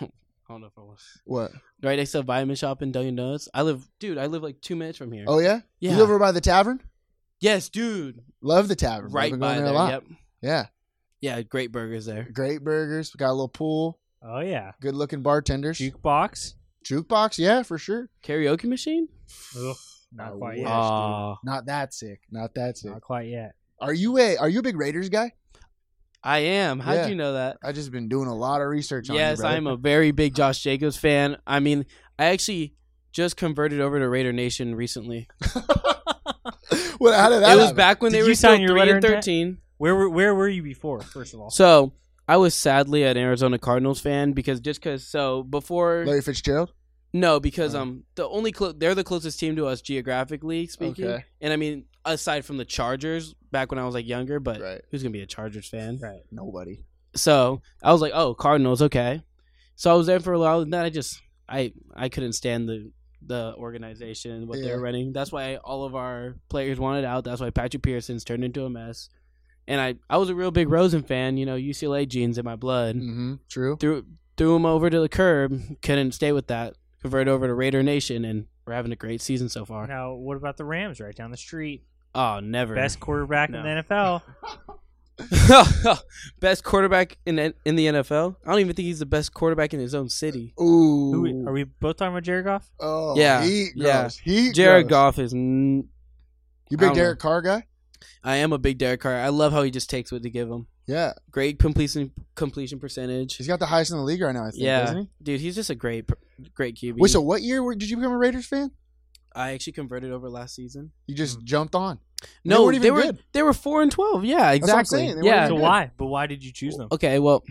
I don't know if I was
What?
right next to a vitamin shop in Dunkin' Donuts. I live, dude. I live like two minutes from here.
Oh yeah?
yeah.
You live over by the tavern?
yes, dude.
Love the tavern. I've
Right
been
by
going
there.
a lot.
Yep.
Yeah.
Yeah, great burgers there.
Great burgers. Got a little pool.
Oh yeah,
Good looking bartenders.
jukebox.
Jukebox, yeah, for sure.
Karaoke machine?
Ugh, not
I
quite
wish,
yet.
Aw.
Not that sick. Not that sick.
Not quite yet.
Are you a are you a big Raiders guy?
I am. How'd
Yeah.
you know that?
I just been doing a lot of research on you,
Yes,
brother.
I'm a very big Josh Jacobs fan. I mean, I actually just converted over to Raider Nation recently.
What how did that
it was
happen?
back when
Did
they
you
were still
sign your
three
letter
and
in time?
thirteen.
Where were where were you before? First of all,
So I was sadly an Arizona Cardinals fan because just because. So before
Larry Fitzgerald?
no, because
Oh.
um the only clo- they're the closest team to us geographically speaking,
Okay.
and I mean aside from the Chargers back when I was like younger, but
Right.
who's gonna be a Chargers fan?
Right.
Nobody.
So I was like, oh Cardinals, okay. So I was there for a while, and then I just I I couldn't stand the the organization and what
Yeah.
they're running. That's why all of our players wanted out. That's why Patrick Pearson's turned into a mess. And I, I was a real big Rosen fan, you know, UCLA genes in my blood
Mm-hmm. True.
threw threw him over to the curb. Couldn't stay with that. Converted over to Raider Nation, and we're having a great season so far.
now what about the Rams? Right down the street,
Oh, never
best quarterback
No.
in the NFL.
<laughs> best quarterback in N- in the NFL. I don't even think he's the best quarterback in his own city.
Ooh.
Who, are we both talking about Jared Goff?
Oh,
Yeah,
Heat
yeah.
gross. Heat
Jared
gross.
Goff is. N-
You big
I don't know.
Derek Carr guy?
I am a big Derek Carr. I love how he just takes what they give him.
Yeah.
Great completion completion percentage.
He's got the highest in the league right now, I think,
yeah,
doesn't he?
dude, he's just a great per- great QB.
Wait, so what year were- did you become a Raiders fan?
I actually converted over last season.
You just jumped on. They
No,
weren't
they,
even
were
good.
they were four and twelve. Yeah,
what I'm
exactly.
saying. They weren't
yeah,
even
So
good.
why? But why did you choose
Oh,
them?
Okay, well,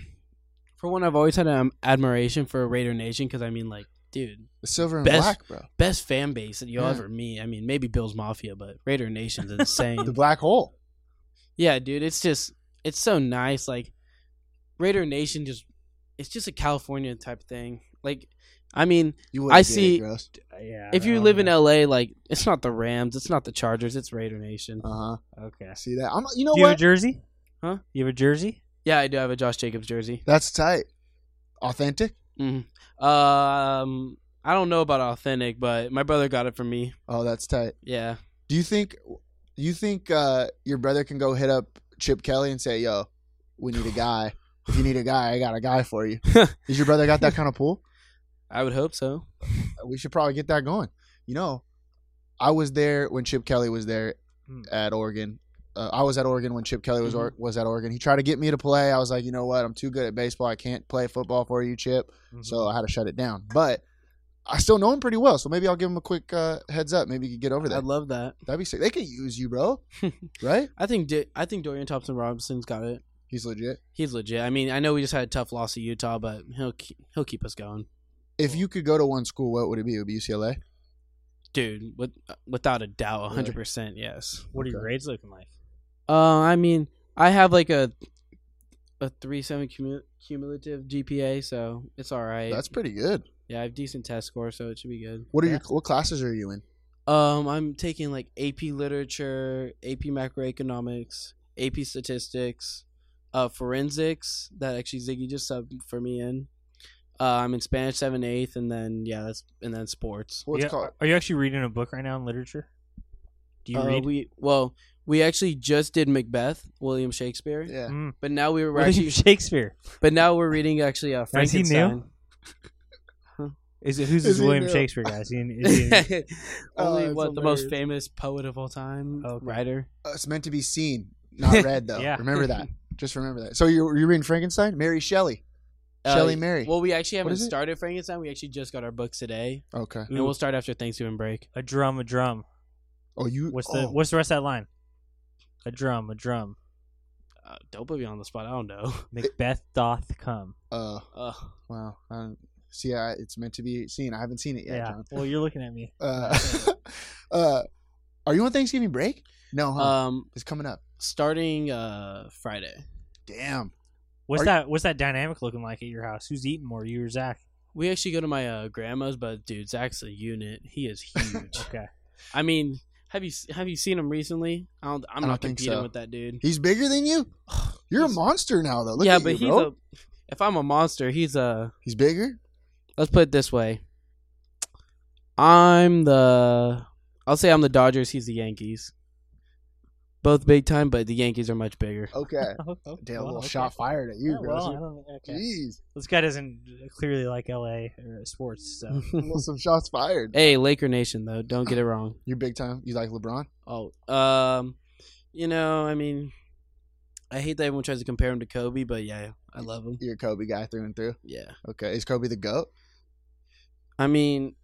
for one, I've always had an admiration for Raider Nation because I mean, like, dude,
The silver and
Best-
black, bro.
best fan base that you'll
Yeah.
ever meet. I mean, maybe Bills Mafia, but Raider Nation's
<laughs> The
insane.
black hole.
yeah, dude, it's just it's so nice. Like, Raider Nation just it's just a California type thing. Like, I mean,
You
I
wouldn't get it,
see-
gross.
Uh, Yeah.
if you live in L.A., like, it's not the Rams, it's not the Chargers, it's Raider Nation.
Uh-huh.
okay.
See that? I'm you know
Do you have a
what?
jersey?
Huh?
You have a jersey?
Yeah, I do have a Josh Jacobs jersey.
That's tight. Authentic?
hmm Um, I don't know about authentic, but my brother got it for me.
Oh, that's tight.
Yeah.
Do you think do you think uh, your brother can go hit up Chip Kelly and say, "Yo, we need a guy. If you need a guy, I got a guy for you." Is your brother got that kind of pool?
I would hope so.
We should probably get that going. You know, I was there when Chip Kelly was there
Hmm.
at Oregon. Uh, I was at Oregon when Chip Kelly was or, was at Oregon. He tried to get me to play. I was like, you know what? I'm too good at baseball. I can't play football for you, Chip.
Mm-hmm.
So I had to shut it down. But I still know him pretty well. So maybe I'll give him a quick uh, heads up. Maybe you could get over there.
I'd love that.
That'd be sick. They could use you, bro. right?
I think Di- I think Dorian Thompson Robinson's got it.
He's legit.
He's legit. I mean, I know we just had a tough loss to Utah, but he'll keep, he'll keep us going,
If you could go to one school, what would it be? It would be UCLA.
dude. With, without a doubt,
Really?
hundred percent, yes.
What are your
Okay.
grades looking like?
Uh, I mean, I have like a a three seven cumu- cumulative GPA, so it's all right.
That's pretty good.
yeah, I have decent test score, so it should be good.
What are your what classes are you in?
Um, I'm taking like AP Literature, AP Macroeconomics, AP Statistics, uh, Forensics. That actually Ziggy just subbed for me in. Uh, I'm in Spanish seven eighth, and then yeah, that's and then sports.
What's
Yeah,
called?
Are you actually reading a book right now in literature? Do you
Uh,
read?
We well, we actually just did Macbeth, William Shakespeare,
Yeah.
Mm.
but now we were
William <laughs>
actually,
Shakespeare.
but now we're reading actually uh,
Now, is he new?
Frankenstein.
Is it
Is
who's this
he
William
new?
Shakespeare guy? Is he, in- is he
<laughs>
<laughs>
in-
Only
Oh,
what
it's
the most
hilarious.
famous poet of all time,
Okay.
writer.
Uh, it's meant to be seen, not read though.
Yeah.
Remember that. Just remember that. So you're you're reading Frankenstein, Mary Shelley,
Uh,
Shelley Mary.
Well, we actually
What
haven't
is it?
started Frankenstein. We actually just got our books today.
okay.
And we'll start after Thanksgiving break.
a drum, a drum.
Oh, you.
What's the
oh,
what's the rest of that line? A drum, a drum.
Uh, don't put me on the spot. I don't know.
Macbeth doth come.
Uh,
Uh,
wow. I don't, see, I, it's meant to be seen. I haven't seen it yet, John.
Well, you're looking
<laughs>
at me.
Uh, uh, are you on Thanksgiving break? No, huh?
um,
it's coming up.
starting uh Friday.
Damn.
What's
Are-
that? What's that dynamic looking like at your house? Who's eating more, you
<laughs>
or Zach?
We actually go to my uh, grandma's, but dude, Zach's a unit. He
<laughs>
is huge.
Okay.
I mean, have you s- have you seen him recently? I don't. I'm
I
not
don't think
competing
so.
with that dude.
He's bigger than you. You're a monster now, though. Look
yeah,
at
but
you,
he's
bro.
a. If I'm a monster, he's a.
he's bigger.
let's put it this way. I'm the I'll say I'm the Dodgers, he's the Yankees. Both big time, but the Yankees are much bigger.
Okay.
<laughs> Oh, oh,
Damn, a
well,
little
okay.
shot fired at you,
Oh, well, I
Grossman.
don't- okay.
Jeez.
This guy doesn't clearly like LA or sports.
<laughs>
So
Well, some shots fired.
hey, Laker Nation though, don't get it wrong.
You big time. You like LeBron?
Oh, um, you know, I mean, I hate that everyone tries to compare him to Kobe, but yeah, I love him.
You're a Kobe guy through and through.
Yeah,
Okay. Is Kobe the GOAT?
I mean,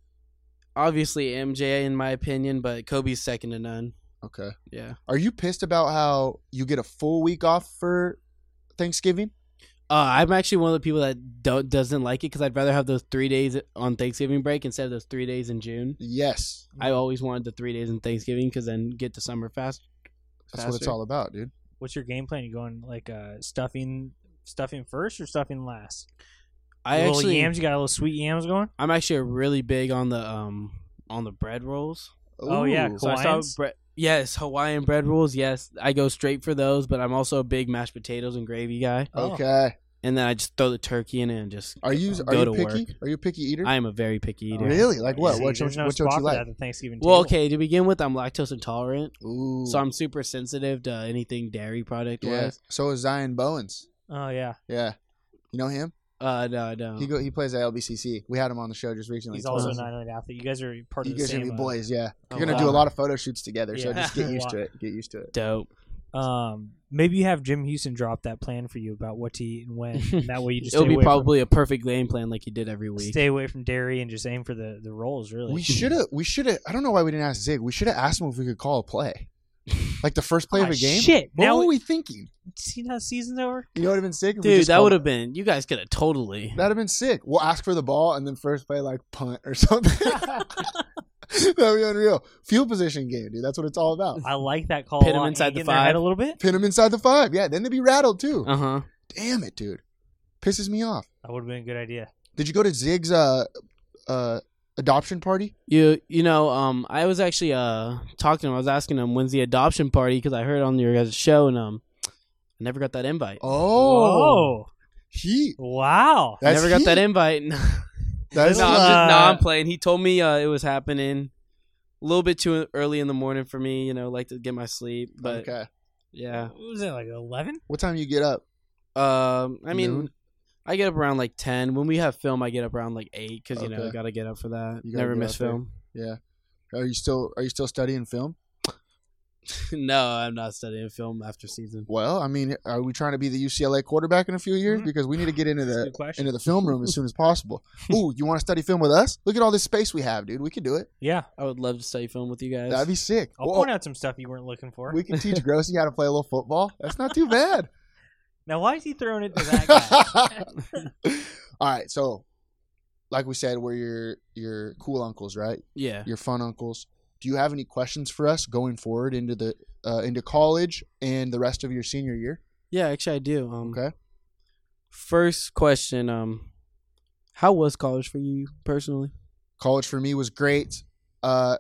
obviously MJ in my opinion, but Kobe's second to none.
Okay.
Yeah.
Are you pissed about how you get a full week off for Thanksgiving?
Uh, I'm actually one of the people that don't, doesn't like it because I'd rather have those three days on Thanksgiving break instead of those three days in June.
Yes.
I always wanted the three days in Thanksgiving because then get to summer fast.
That's what it's
faster.
all about, dude.
what's your game plan? You going like uh, stuffing, stuffing first or stuffing last?
I
little
actually,
yams. You got a little sweet yams going.
I'm actually really big on the um on the bread rolls.
Oh, yeah,
Ooh.
So I saw
Hawaiians?
bre- yes, Hawaiian bread rolls. Yes, I go straight for those, but I'm also a big mashed potatoes and gravy guy.
Oh.
Okay.
And then I just throw the turkey in it and just.
Are you
Go
are you
to
picky?
work.
Are you a picky eater?
I am a very picky eater.
Really? Like what?
See,
What? What?
there's no
what
spot
don't you
for
like?
that at the Thanksgiving
Well,
table.
okay. To begin with, I'm lactose intolerant,
Ooh.
so I'm super sensitive to anything dairy product
yeah.
wise.
So is Zion Bowens.
Oh yeah,
Yeah. You know him?
Uh, no, I don't.
He go. He plays at LBCC. We had him on the show just recently.
Oh. he's also
Twice.
an island athlete. You guys are part
You
of the
guys are
same.
gonna be
uh,
boys, yeah.
Oh,
You're gonna do
wow.
a lot of photo shoots together, so
Yeah.
just get
A
used
<laughs> lot.
to it. Get used to it.
Dope.
Um, maybe you have Jim Houston drop that plan for you about what to eat and when. And that
<laughs>
way you just
It'll
stay
be
away
probably a perfect game plan like you did every
from,
week.
stay away from dairy and just aim for the the rolls. Really,
We should
<laughs>
have. We should have. I don't know why we didn't ask Zig. We should have asked him if we could call a play, like the first play
Ah,
of a game.
shit.
What
Now-
were we thinking?
<laughs> see how the season's over.
You know what would have been sick. If we
Dude,
just
that
called-
would have been. You guys could have totally.
That'd have been sick. We'll ask for the ball and then first play like punt or <laughs>
<laughs>
something. That'd be unreal. Field position game, dude. That's what it's all about.
I like that call. a
Pit 'em
lot.
inside
Hang
the
in their head
five.
a little bit.
Pin them inside the five. Yeah, then they'd be rattled too.
Uh huh.
Damn it, dude. Pisses me off.
That would have been a good idea.
Did you go to Zig's uh, uh, adoption party?
You you know, um, I was actually uh talking to him. I was asking him when's the adoption party because I heard on your guys' show and um, I never got that invite.
Oh,
Whoa.
he.
Wow.
That's
never got
heat.
that invite. <laughs> no, I'm
That's
just, no,
heat.
I'm playing. He told me uh, it was happening a little bit too early in the morning for me. You know, like to get my sleep, but
okay.
yeah.
What was it like 11?
What time you get up?
Um, I mean,
Noon?
I get up around like ten. When we have film, I get up around like eight because you know I
Okay.
gotta get up for that.
You gotta
Never
get
miss
out there.
film. <laughs>
Are you still Are you still studying film?
no, I'm not studying film after season.
Well, I mean, are we trying to be the UCLA quarterback in a few years?
Mhm.
Because we need to get into
That's a
the
good question.
into the film room as soon as possible. Ooh, you want to study film with us? Look at all this space we have, dude. We could do it.
Yeah.
I would love to study film with you guys.
That'd be sick.
I'll
Well,
point out some stuff you weren't looking for.
we can teach Grossi how to play a little football. That's not too bad.
now, why is he throwing it to that
<laughs>
guy?
<laughs> all right, so like we said, we're your your cool uncles, right?
yeah.
your fun uncles. Do you have any questions for us going forward into the uh, into college and the rest of your senior year?
Yeah, actually, I do. Um,
Okay.
First question: Um, how was college for you personally?
College for me was great. Uh,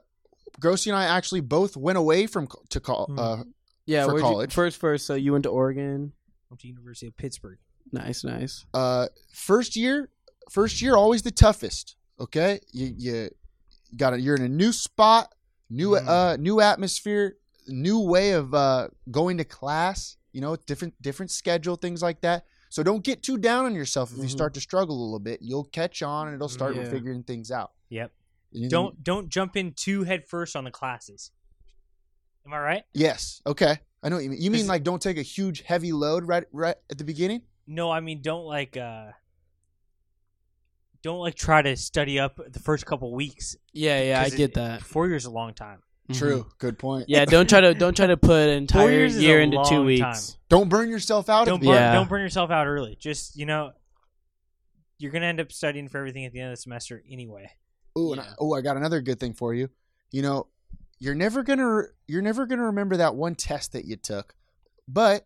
Grossi and I actually both went away from co- to call.
Hmm.
Uh,
Yeah,
For
where'd you-
college?
first, first. So you went to Oregon.
Went to University of Pittsburgh.
Nice, nice.
uh, first year, first year always the toughest. Okay, you you got a, you're in a new spot, new
Hmm.
uh new atmosphere, new way of uh going to class. You know, different different schedule, things like that. So don't get too down on yourself if you
Mm-hmm.
Mhm.
start to struggle a little bit. You'll catch on and it'll start
Yeah.
figuring things out.
Yep.
Mm.
Anything-
Don't don't jump in too head first on the classes. Am I right?
Yes. Okay. I know what you mean. You mean
Is- Mm-hmm.
like don't take a huge heavy load right right at the beginning?
No, I mean don't like uh don't like try to study up the first couple weeks.
Yeah, yeah, I
'cause it-
get that.
Four years is a long time.
Mhm.
Good point.
Yeah, don't try to don't try to put
<laughs>
an entire
years is
year
a
into
long
two weeks.
time.
Don't burn yourself out. at
Don't
the
be-
burn,
Yeah.
don't burn yourself out early. Just you know, you're gonna end up studying for everything at the end of the semester anyway.
Oh, and I,
Yeah.
oh, I got another good thing for you. You know, you're never gonna you're never gonna remember that one test that you took, but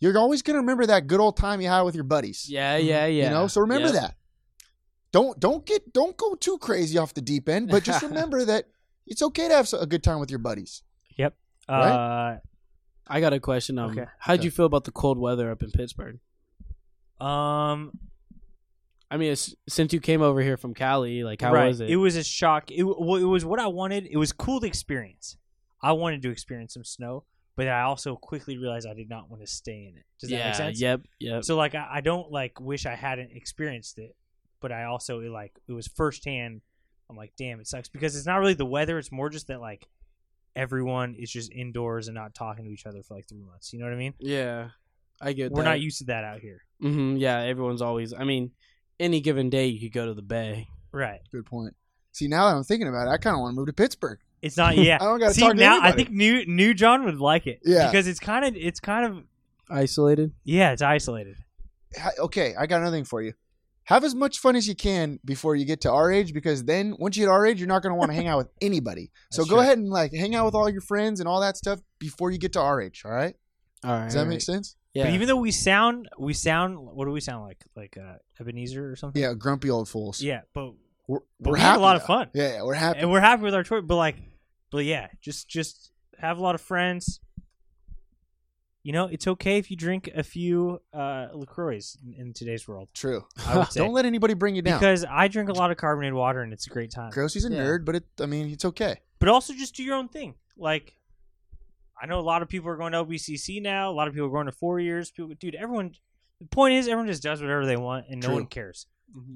you're always gonna remember that good old time you had with your buddies.
Yeah, yeah, yeah.
Mm-hmm. You know, so remember
Yep.
that. Don't don't get don't go too crazy off the deep end, but just remember that it's okay to have a good time with your buddies. Right?
I got a question. Um,
Okay.
how'd
Okay.
you feel about the cold weather up in Pittsburgh?
Uh, um,
I mean, it's, since you came over here from Cali, like how
right.
was it?
It was a shock. It, w- well, it was what I wanted. It was cool to experience. I wanted to experience some snow, but I also quickly realized I did not want to stay in it. Does
yeah,
that make sense?
Yep. Yep.
So like I, I don't like wish I hadn't experienced it, but I also like it was firsthand. I'm like, damn, it sucks because it's not really the weather. It's more just that like everyone is just indoors and not talking to each other for like three months. You know what I mean?
yeah. I get.
We're
that.
not used to that out here.
hmm yeah, everyone's always. I mean, any given day you could go to the bay.
Right.
Good point. See, now that I'm thinking about it, I kind of want to move to Pittsburgh.
It's not yeah.
<laughs> I don't gotta
See
talk to
now, I
anybody.
think new new John would like it.
Yeah.
because it's kind of it's kind of
Isolated.
yeah, it's isolated.
Ha- Okay, I got another thing for you. Have as much fun as you can before you get to our age, because then once you get our age, you're not going to want to hang out
<laughs>
with anybody. So
That's
go
true.
ahead and like hang out with all your friends and all that stuff before you get to our age. All right?
All right.
Does that
all
make
right.
sense?
Yeah.
But even though we sound we sound what do we sound like like uh, Ebenezer or something?
Yeah, grumpy old fools.
Yeah, but
we're,
but
we're
we had a
happy,
lot of
though.
fun.
Yeah, yeah, we're happy.
and we're happy with our choice. But like, but yeah, just just have a lot of friends. You know, it's okay if you drink a few uh, Lacroix in, in today's world.
True.
I would
<laughs>
say
Don't let anybody bring you down.
because I drink a lot of carbonated water and it's a great time.
Gross, he's a
Yeah.
nerd, but it, I mean, it's okay.
But also just do your own thing. Like, I know a lot of people are going to LBCC now. A lot of people are going to four years. People, dude, everyone. The point is, everyone just does whatever they want, and no
True. Mm-hmm.
one cares.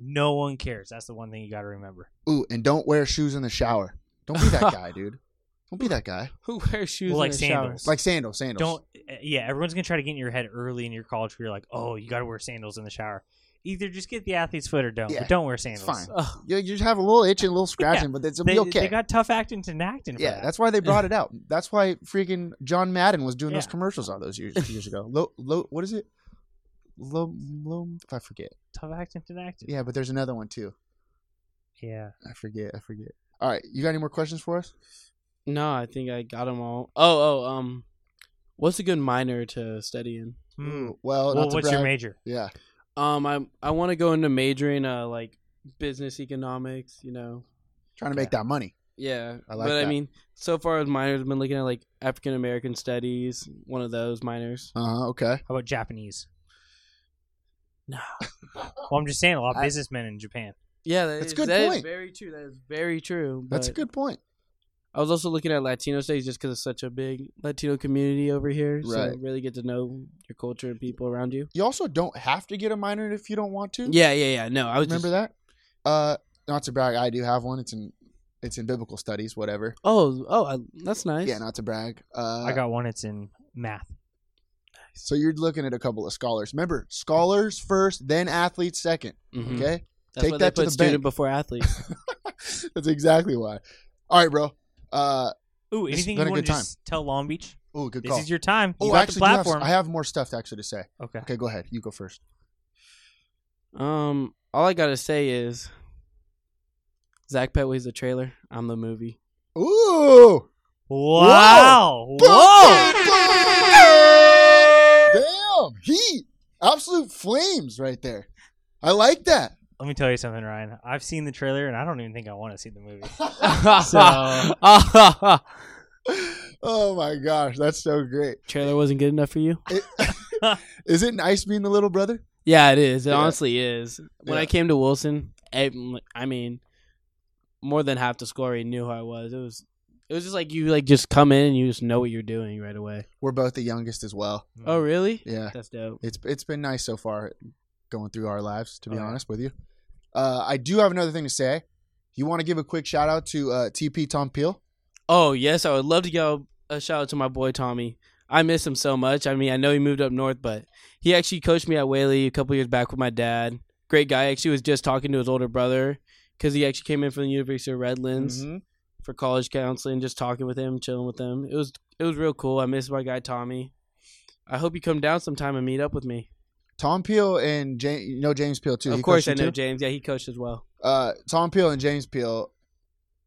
No one cares. That's the one thing you got to remember.
Ooh, and don't wear shoes in the shower. Don't be
<laughs>
that guy, dude. Don't be that guy.
who wears shoes
Well, like
<laughs>
in the
sandals.
showers?
Like sandals, sandals.
don't uh, yeah everyone's gonna try to get in your head early in your college where you're like oh you gotta wear sandals in the shower either just get the athlete's foot or don't
Yeah,
but don't wear
It's
sandals
fine.
Ugh.
You, you just have a little itch and a
<laughs>
little scratching, but it's, it'll
they,
be okay.
they got tough acting to acting for
yeah,
that.
that's
<laughs>
why they brought it out. That's why freaking John Madden was doing those
Yeah.
commercials all those years, years
<laughs>
ago. Low, low, what is it? Low, low, I forget.
tough acting to acting
Yeah, but there's another one too.
yeah
I forget. I forget. All right, you got any more questions for us?
No, I think I got them all. Oh, oh, um, what's a good minor to study in?
Hmm.
Well,
well
not to
what's your
brag-
major
Yeah,
Um, I I want to go into majoring uh like business economics. You know.
trying to
Okay.
make that money.
Yeah,
I like
but I
that.
mean, so far as minors, I've been looking at like African American studies, one of those minors.
Uh huh. Okay.
how about japanese
No.
<laughs> well i'm just saying a lot of
I-
businessmen in japan
Yeah, that
That's
is-
good
that is
point.
very true. That is very true.
That's a
but
good point.
I was also looking at Latino studies just because it's such a big Latino community over here. So
Right.
really get to know your culture and people around you.
You also don't have to get a minor if you don't want to.
Yeah, yeah, yeah. No, I was
Mm-hmm. Remember
just,
that? Uh, not to brag, I do have one. It's in it's in biblical studies, whatever.
Oh, oh, I, that's nice.
Yeah, not to brag. Uh,
i got one it's in math
so you're looking at a couple of scholars. Remember, scholars first, then athletes second.
Mm-hmm.
Mhm.
Okay, <laughs>
That's
Take
why
that to
they put
the
student
bank. <laughs>
before athlete.
that's exactly why. All right, bro. Uh,
ooh
This has
anything
been
you
a
want
good
to just tell long beach
oh, good
this
call.
is your time
oh,
you got the
actually, do have-
platform
I have more stuff to actually to say.
okay
Okay, go ahead. You go first.
um, all I gotta say is, Zach Petway's the trailer. I'm the
<laughs>
movie.
Ooh,
wow
damn, heat, absolute flames right there. I like that.
Let me tell you something, Ryan. I've seen the trailer, and I don't even think I want to see the <laughs> movie. Mm.
<laughs>
oh my gosh, that's so great.
trailer wasn't good enough for you?
Is it nice being the little brother?
Yeah, it is. It
Yeah.
honestly is. When
Yeah.
I came to Wilson, I, I mean, more than half the school already knew who I was. It was, it was just like you like just come in and you just know what you're doing right away.
We're both the youngest as well.
Oh, really?
Yeah,
That's dope.
it's it's been nice so far going through our lives. To be
Okay.
honest with you, uh, I do have another thing to say. You want to give a quick shout out to uh, TP Tom Peel?
Oh yes, I would love to go a shout out to my boy Tommy. I miss him so much. I mean, I know he moved up north, but he actually coached me at Whaley a couple years back with my dad. Great guy. Actually, was just talking to his older brother because he actually came in from the University of Redlands. for college counseling, just talking with him, chilling with him. It was it was real cool. I miss my guy Tommy. I hope you come down sometime and meet up with me.
Tom Peel and ja- you know James Peel too.
of
He
course,
coached
I
you
know
too?
James. Yeah, he coached as well.
uh, Tom Peel and James Peel,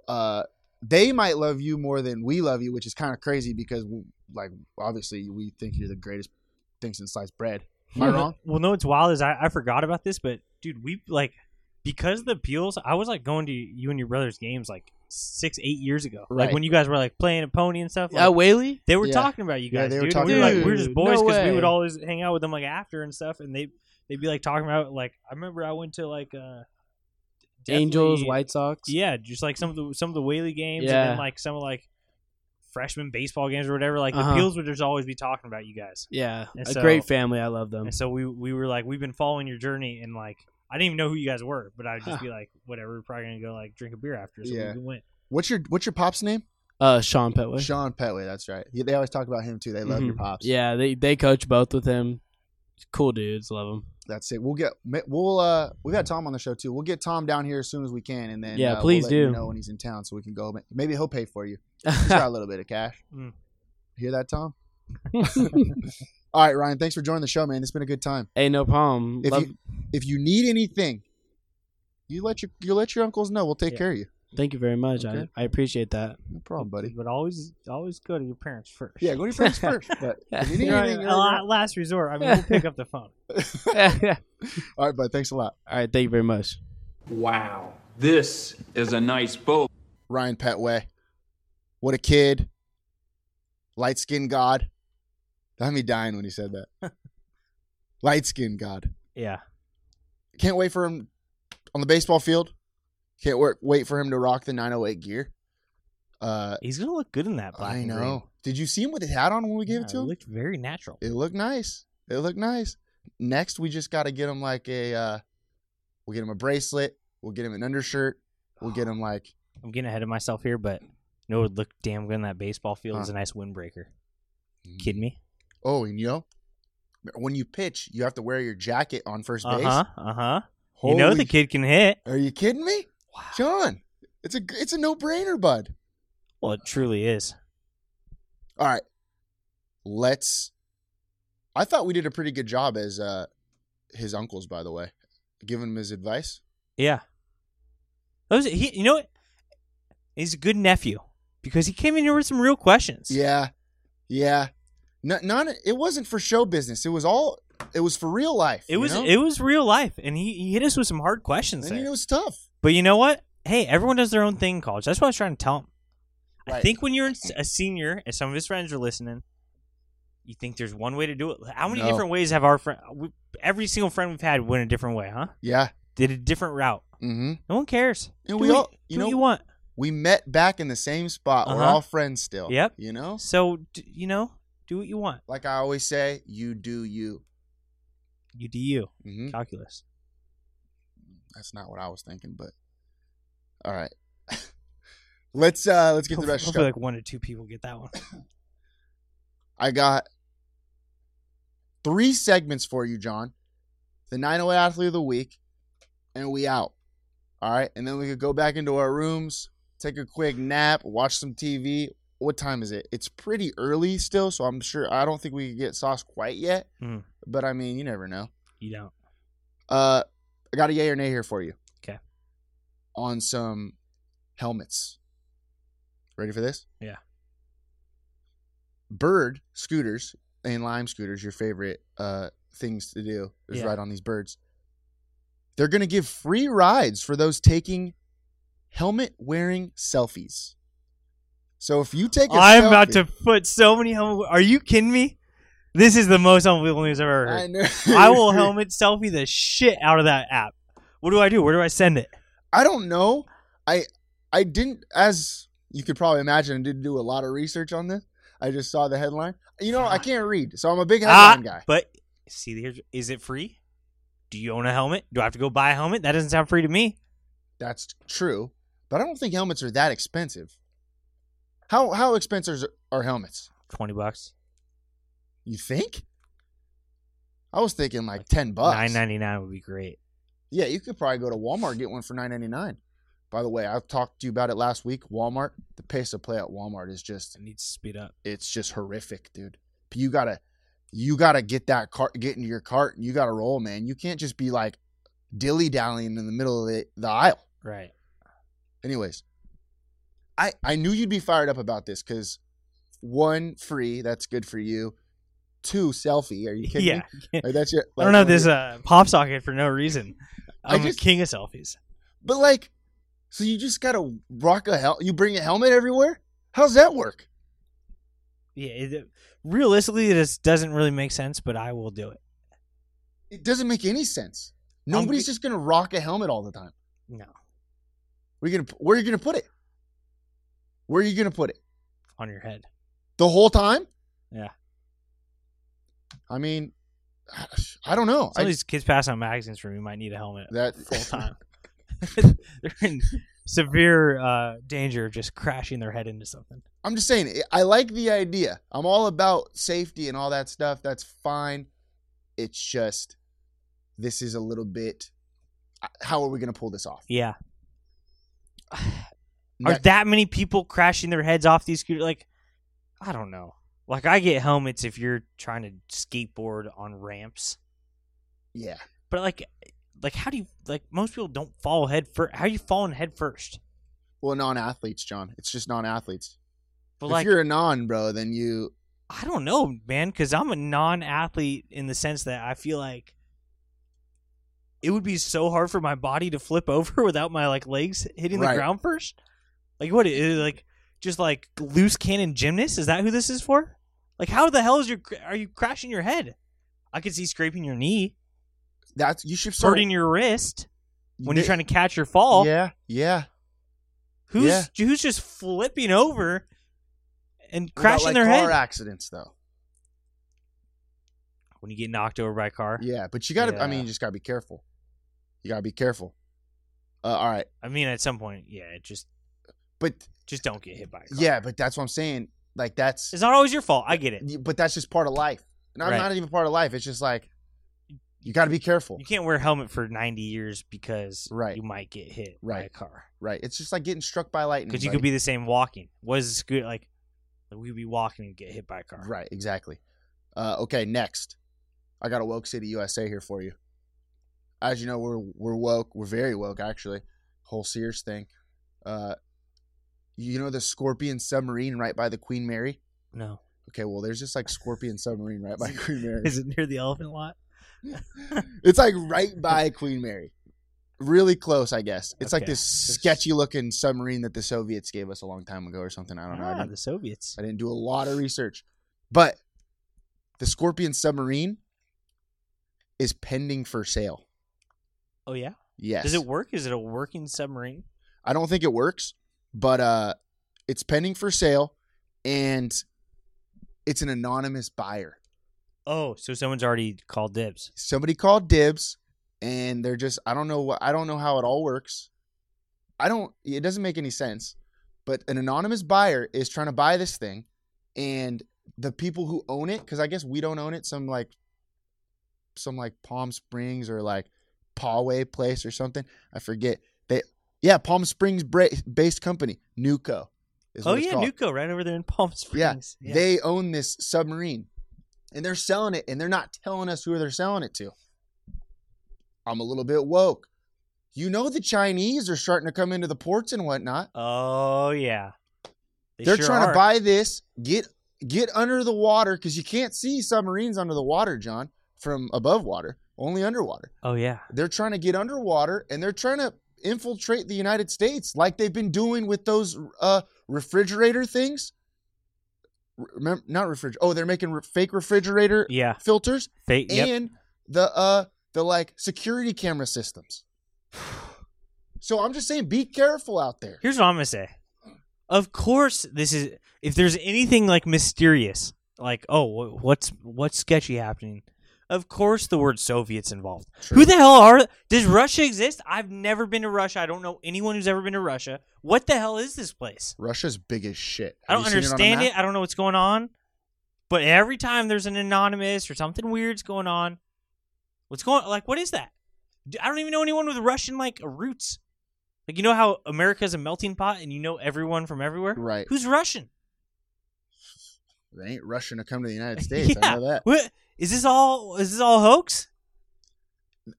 uh, they might love you more than we love you, which is kind of crazy because, like, obviously we think you're the greatest thing since sliced bread. Am I
<laughs>
Well, no-
wrong?
Well, no, it's wild. Is I, I forgot about this, but dude, we like because of the Peels, I was like going to you and your brother's games like six, eight years ago. Like
Right.
when you guys were like playing a pony and stuff. Like,
Uh, Whaley?
they were
Yeah.
talking about you
Yeah,
guys.
they were
dude. and
talking
we were like
about
we were
you.
just boys
No
because we
way.
would always hang out with them like after and stuff, and they they'd be like talking about like I remember I went to like uh
Angels,
definitely-
White Sox.
yeah, just like some of the some of the Whaley games, and
Yeah.
then like some of like freshman baseball games or whatever. Like
Uh-huh.
the Peels would just always be talking about you guys.
Yeah.
And
a
so-
great family. I love them.
And so we we were like, we've been following your journey, and like I didn't even know who you guys were, but I would just
Huh.
be like, whatever, we're probably gonna go like drink a beer after. So
Yeah.
we went.
What's your What's your pop's name?
Uh, Sean Petway.
Sean Petway. That's right. Yeah, They always talk about him too. They love your
Mhm.
pops.
Yeah, they they coach both with him. Cool dudes, love him.
that's it. We'll get we'll uh we've got Tom on the show too. We'll get Tom down here as soon as we can, and then
Yeah,
uh, we'll
please
let you
do.
know when he's in town so we can go. Maybe he'll pay for you.
<laughs>
He's got a little bit of cash.
Mm.
Hear that, Tom? All right, Ryan. Thanks for joining the show, man. It's been a good time.
hey, no problem.
If
Love,
you if you need anything, you let your you let your uncles know. We'll take
Yeah.
care of you.
thank you very much.
Okay.
I, I appreciate that.
No problem, buddy.
But always always go to your parents first.
Yeah, go to your
<laughs>
friends first. But if you need
You're
anything,
a
you're like,
la- last resort. I mean, we'll pick up the
<laughs>
phone.
all right, bud. Thanks a lot,
All right, thank you very much.
Wow. This is a nice boat.
Ryan Petway. What a kid. Light skinned God. That had me dying when he said
<laughs>
that. Light skinned God.
Yeah.
Can't wait for him on the baseball field. Can't wait wait for him to rock the 908 gear. Uh,
He's gonna look good in that black.
I
and green.
know. Did you see him with his hat on when we gave
Yeah,
it to him?
looked very natural.
It looked nice. It looked nice. Next, we just got to get him like a. Uh, we'll get him a bracelet. We'll get him an undershirt. We'll
<gasps>
get him like
I'm getting ahead of myself here, but you know what would look damn good in that baseball field is
Huh.
a nice windbreaker. Kid me?
oh, and you know, when you pitch, you have to wear your jacket on first
Uh
base.
huh. Uh huh. You know the
Holy-
kid can hit.
Are you kidding me,
Wow.
John? It's a it's a no brainer, bud.
Well, it truly is.
All right, let's. I thought we did a pretty good job as uh, his uncles, by the way, giving him his advice.
Yeah. Those he, you know what? He's a good nephew because he came in here with some real questions.
Yeah, yeah. Not, not it wasn't for show business. It was all it was for real life.
It
you
was
know?
it was real life, and he, he hit us with some hard questions
And
there.
it was tough.
but you know what? Hey, everyone does their own thing in college. That's what I was trying to tell him. I
Right.
think when you're a senior, and some of his friends are listening, you think there's one way to do it. How many
No.
different ways have our friend? we- Every single friend we've had went a different way, huh?
Yeah.
Did a different route.
Mm-hmm.
No one cares.
And
Do
we
what-
all- you
do what
know-
you want.
We met back in the same spot. We're
Uh-huh.
all friends still.
Yep.
You know,
So d- you know, do what you want.
like I always say, you do you.
You do you.
Mm-hmm.
Calculus.
That's not what I was thinking, but all right. <laughs> let's uh let's get to the rest of the
Hopefully,
show.
like one or two people get that one. <laughs>
I got three segments for you, John. The 908 athlete of the week, and we out. All right, and then we could go back into our rooms, take a quick nap, watch some TV. What time is it? It's pretty early still, so I'm sure I don't think we could get sauce quite yet.
Mm.
But I mean, you never know.
You don't.
Uh, I got a yay or nay here for you.
'Kay.
On some helmets. Ready for this?
Yeah.
Bird scooters and lime scooters, your favorite uh things to do is
Yeah.
ride on these birds. They're gonna give free rides for those taking helmet wearing selfies. So if you take a
I'm about
selfie-
to put so many helmet. Are you kidding me? This is the most unbelievable news I've ever
I,
heard.
know. <laughs> <coughs>
I will helmet selfie the shit out of that app. What do I do? Where do I send it?
I don't know. I I didn't as you could probably imagine, I didn't do a lot of research on this. I just saw the headline. You know, I can't read, so I'm a big
Ah,
headline guy.
But see, here's- is it free? Do you own a helmet? Do I have to go buy a helmet? That doesn't sound free to me.
That's true. But I don't think helmets are that expensive. How how expensive are helmets?
Twenty bucks.
You think? I was thinking like ten bucks.
Nine ninety nine would be great.
Yeah, you could probably go to Walmart and get one for nine ninety nine. By the way, I talked to you about it last week. Walmart, the pace of play at Walmart is just
It needs to speed up.
it's just horrific, dude. But you gotta you gotta get that cart get into your cart and you gotta roll, man. You can't just be like dilly dallying in the middle of the, the aisle.
<laughs> Right.
Anyways, I I knew you'd be fired up about this because one, free, that's good for you. Two, selfie. Are you kidding
Yeah.
me? Like, that's your,
I don't know
like,
if this is a pop socket for no reason.
I
I'm
just-
a king of selfies.
But like, So you just gotta rock a hel- you bring a helmet everywhere? How's that work?
Yeah, it, realistically, this doesn't really make sense, but I will do it.
It doesn't make any sense.
I'm
Nobody's
g-
just gonna rock a helmet all the time.
No,
Where you gonna where are you gonna put it? Where are you gonna put it?
on your head.
The whole time?
Yeah.
I mean, I don't know. I-
Some of these kids passing out magazines for me might need a helmet
that
<laughs> full time. They're in severe uh, danger of just crashing their head into something.
<laughs> I'm just saying, I like the idea. I'm all about safety and all that stuff. That's fine. It's just, this is a little bit. uh, How are we going to pull this off?
Yeah. <sighs> Are
Next-
that many people crashing their heads off these scooters? Like, I don't know. Like, I get helmets if you're trying to skateboard on ramps,
yeah.
but like, like how do you like? Most people don't fall head first. How are you falling head first?
Well, non athletes, John. It's just non athletes.
But
If
like,
you're a non, bro, then you.
I don't know, man, because I'm a non-athlete in the sense that I feel like it would be so hard for my body to flip <laughs> over without my like legs hitting
Right.
the ground first. Like what? Is it, like just like loose cannon gymnast? Is that who this is for? Like how the hell is your are you crashing your head? I could see scraping your knee,
That's you should
hurting your wrist when you're trying to catch your fall.
Yeah, yeah.
Who's who's just flipping over and crashing
Without, like,
their
car
head
accidents though.
when you get knocked over by a car?
Yeah, but you got to. I mean,
Yeah.
you just got to be careful. You got to be careful. Uh, all right,
I mean, at some point, yeah, it just
but
just don't get hit by a car.
yeah, but that's what I'm saying. Like that's
It's not always your fault. I get it.
Y- but that's just part of life. And I'm
Right.
not even part of life. It's just like you got to be careful,
You can't wear a helmet for 90 years because
Right.
you might get hit by a
Right.
car.
right? It's just like getting struck by lightning.
Because you could
buddy.
be the same walking. What is the scooter like? like we could be walking and get hit by a car.
right, exactly. Uh, okay, next, I got a woke city USA here for you. As you know, we're we're woke. We're very woke, actually. Whole Sears thing. Uh, you know the Scorpion submarine right by the Queen Mary.
No.
Okay, well, there's this like Scorpion submarine right
<laughs>
by Queen Mary.
Is it near the elephant lot?
<laughs> It's like right
<laughs>
by Queen Mary. Really close, I guess. It's like
Okay.
this sketchy looking submarine that the Soviets gave us a long time ago or something. I don't know. I
Ah,
didn't,
the Soviets.
I didn't do a lot of research. But the Scorpion submarine is pending for sale.
Oh, yeah?
Yes.
Does it work? Is it a working submarine?
I don't think it works, but uh it's pending for sale and it's an anonymous buyer.
Oh, so someone's already called dibs.
somebody called dibs and they're just i don't know what i don't know how it all works i don't it doesn't make any sense but an anonymous buyer is trying to buy this thing and the people who own it because i guess we don't own it some like some like palm springs or like poway place or something i forget they yeah palm springs bra- based company nuco is
Oh,
what it's
yeah,
called.
Nuco right over there in Palm
<laughs> Yeah,
Springs.
they own this submarine, and they're selling it, and they're not telling us who they're selling it to. I'm a little bit woke. You know the Chinese are starting to come into the ports and whatnot.
Oh, yeah. They
They are
sure
trying
are.
to buy this, get get under the water because you can't see submarines under the water, John, from above water, only underwater.
Oh, yeah.
They're trying to get underwater, and they're trying to infiltrate the United States like they've been doing with those uh, refrigerator things. Remember, not refrigerator. Oh, they're making re- fake refrigerator
Yeah.
filters
Fate. Yep.
and the uh the like security camera systems. <sighs> So I'm just saying, be careful out there.
Here's what I'm gonna say. Of course, this is if there's anything like mysterious, like oh, wh- what's what's sketchy happening? Of course, the word Soviets involved. Who the hell are? Does Russia exist? I've never been to Russia. I don't know anyone who's ever been to Russia. What the hell is this place?
Russia's big as shit.
I
Have
don't
you seen
understand
on a
it.
map?
I don't know what's going on. But every time there's an anonymous or something weird's going on, what's going like what is that? D- I don't even know anyone with Russian like roots. Like you know how America's a melting pot and you know everyone from everywhere?
Right.
Who's Russian?
They ain't rushing to come to the United
<laughs>
States. I know that.
What is this all is this all hoax?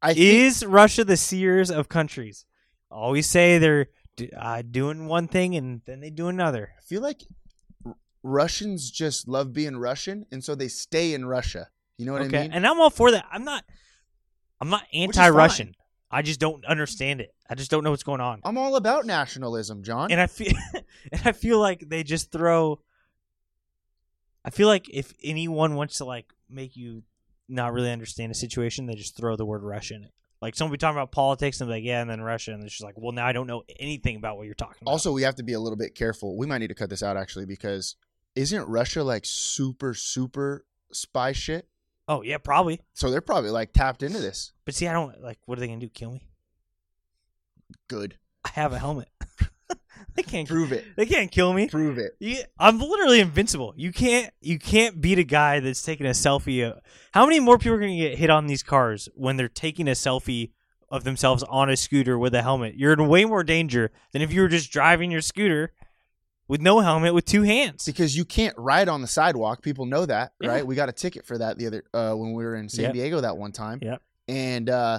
I think,
Is Russia the seers of countries? Always say they're d- uh, doing one thing and then they do another.
I feel like R- Russians just love being Russian, and so they stay in Russia. You know what
okay,
I mean?
and I'm all for that. I'm not. I'm not
is
anti-Russian. I just don't understand it. I just don't know what's going on.
I'm all about nationalism, John.
And I feel <laughs> and I feel like they just throw I feel like if anyone wants to like make you not really understand a situation, they just throw the word Russia in it. Like someone be talking about politics and be like, yeah, and then Russia, and it's just like, well, now I don't know anything about what you're talking about.
also, we have to be a little bit careful. We might need to cut this out actually because isn't Russia like super super spy shit?
oh yeah, probably.
So they're probably like tapped into this.
But see, I don't like. What are they gonna do? Kill me?
Good.
I have a helmet. <laughs> they can't.
Prove it.
They can't kill me.
Prove it.
You, I'm literally invincible. You can't you can't beat a guy that's taking a selfie. Of, how many more people are going to get hit on these cars when they're taking a selfie of themselves on a scooter with a helmet? You're in way more danger than if you were just driving your scooter with no helmet with two hands.
Because you can't ride on the sidewalk. People know that,
Yeah.
right? We got a ticket for that the other uh, when we were in San
Yep.
Diego that one time.
Yep.
And uh,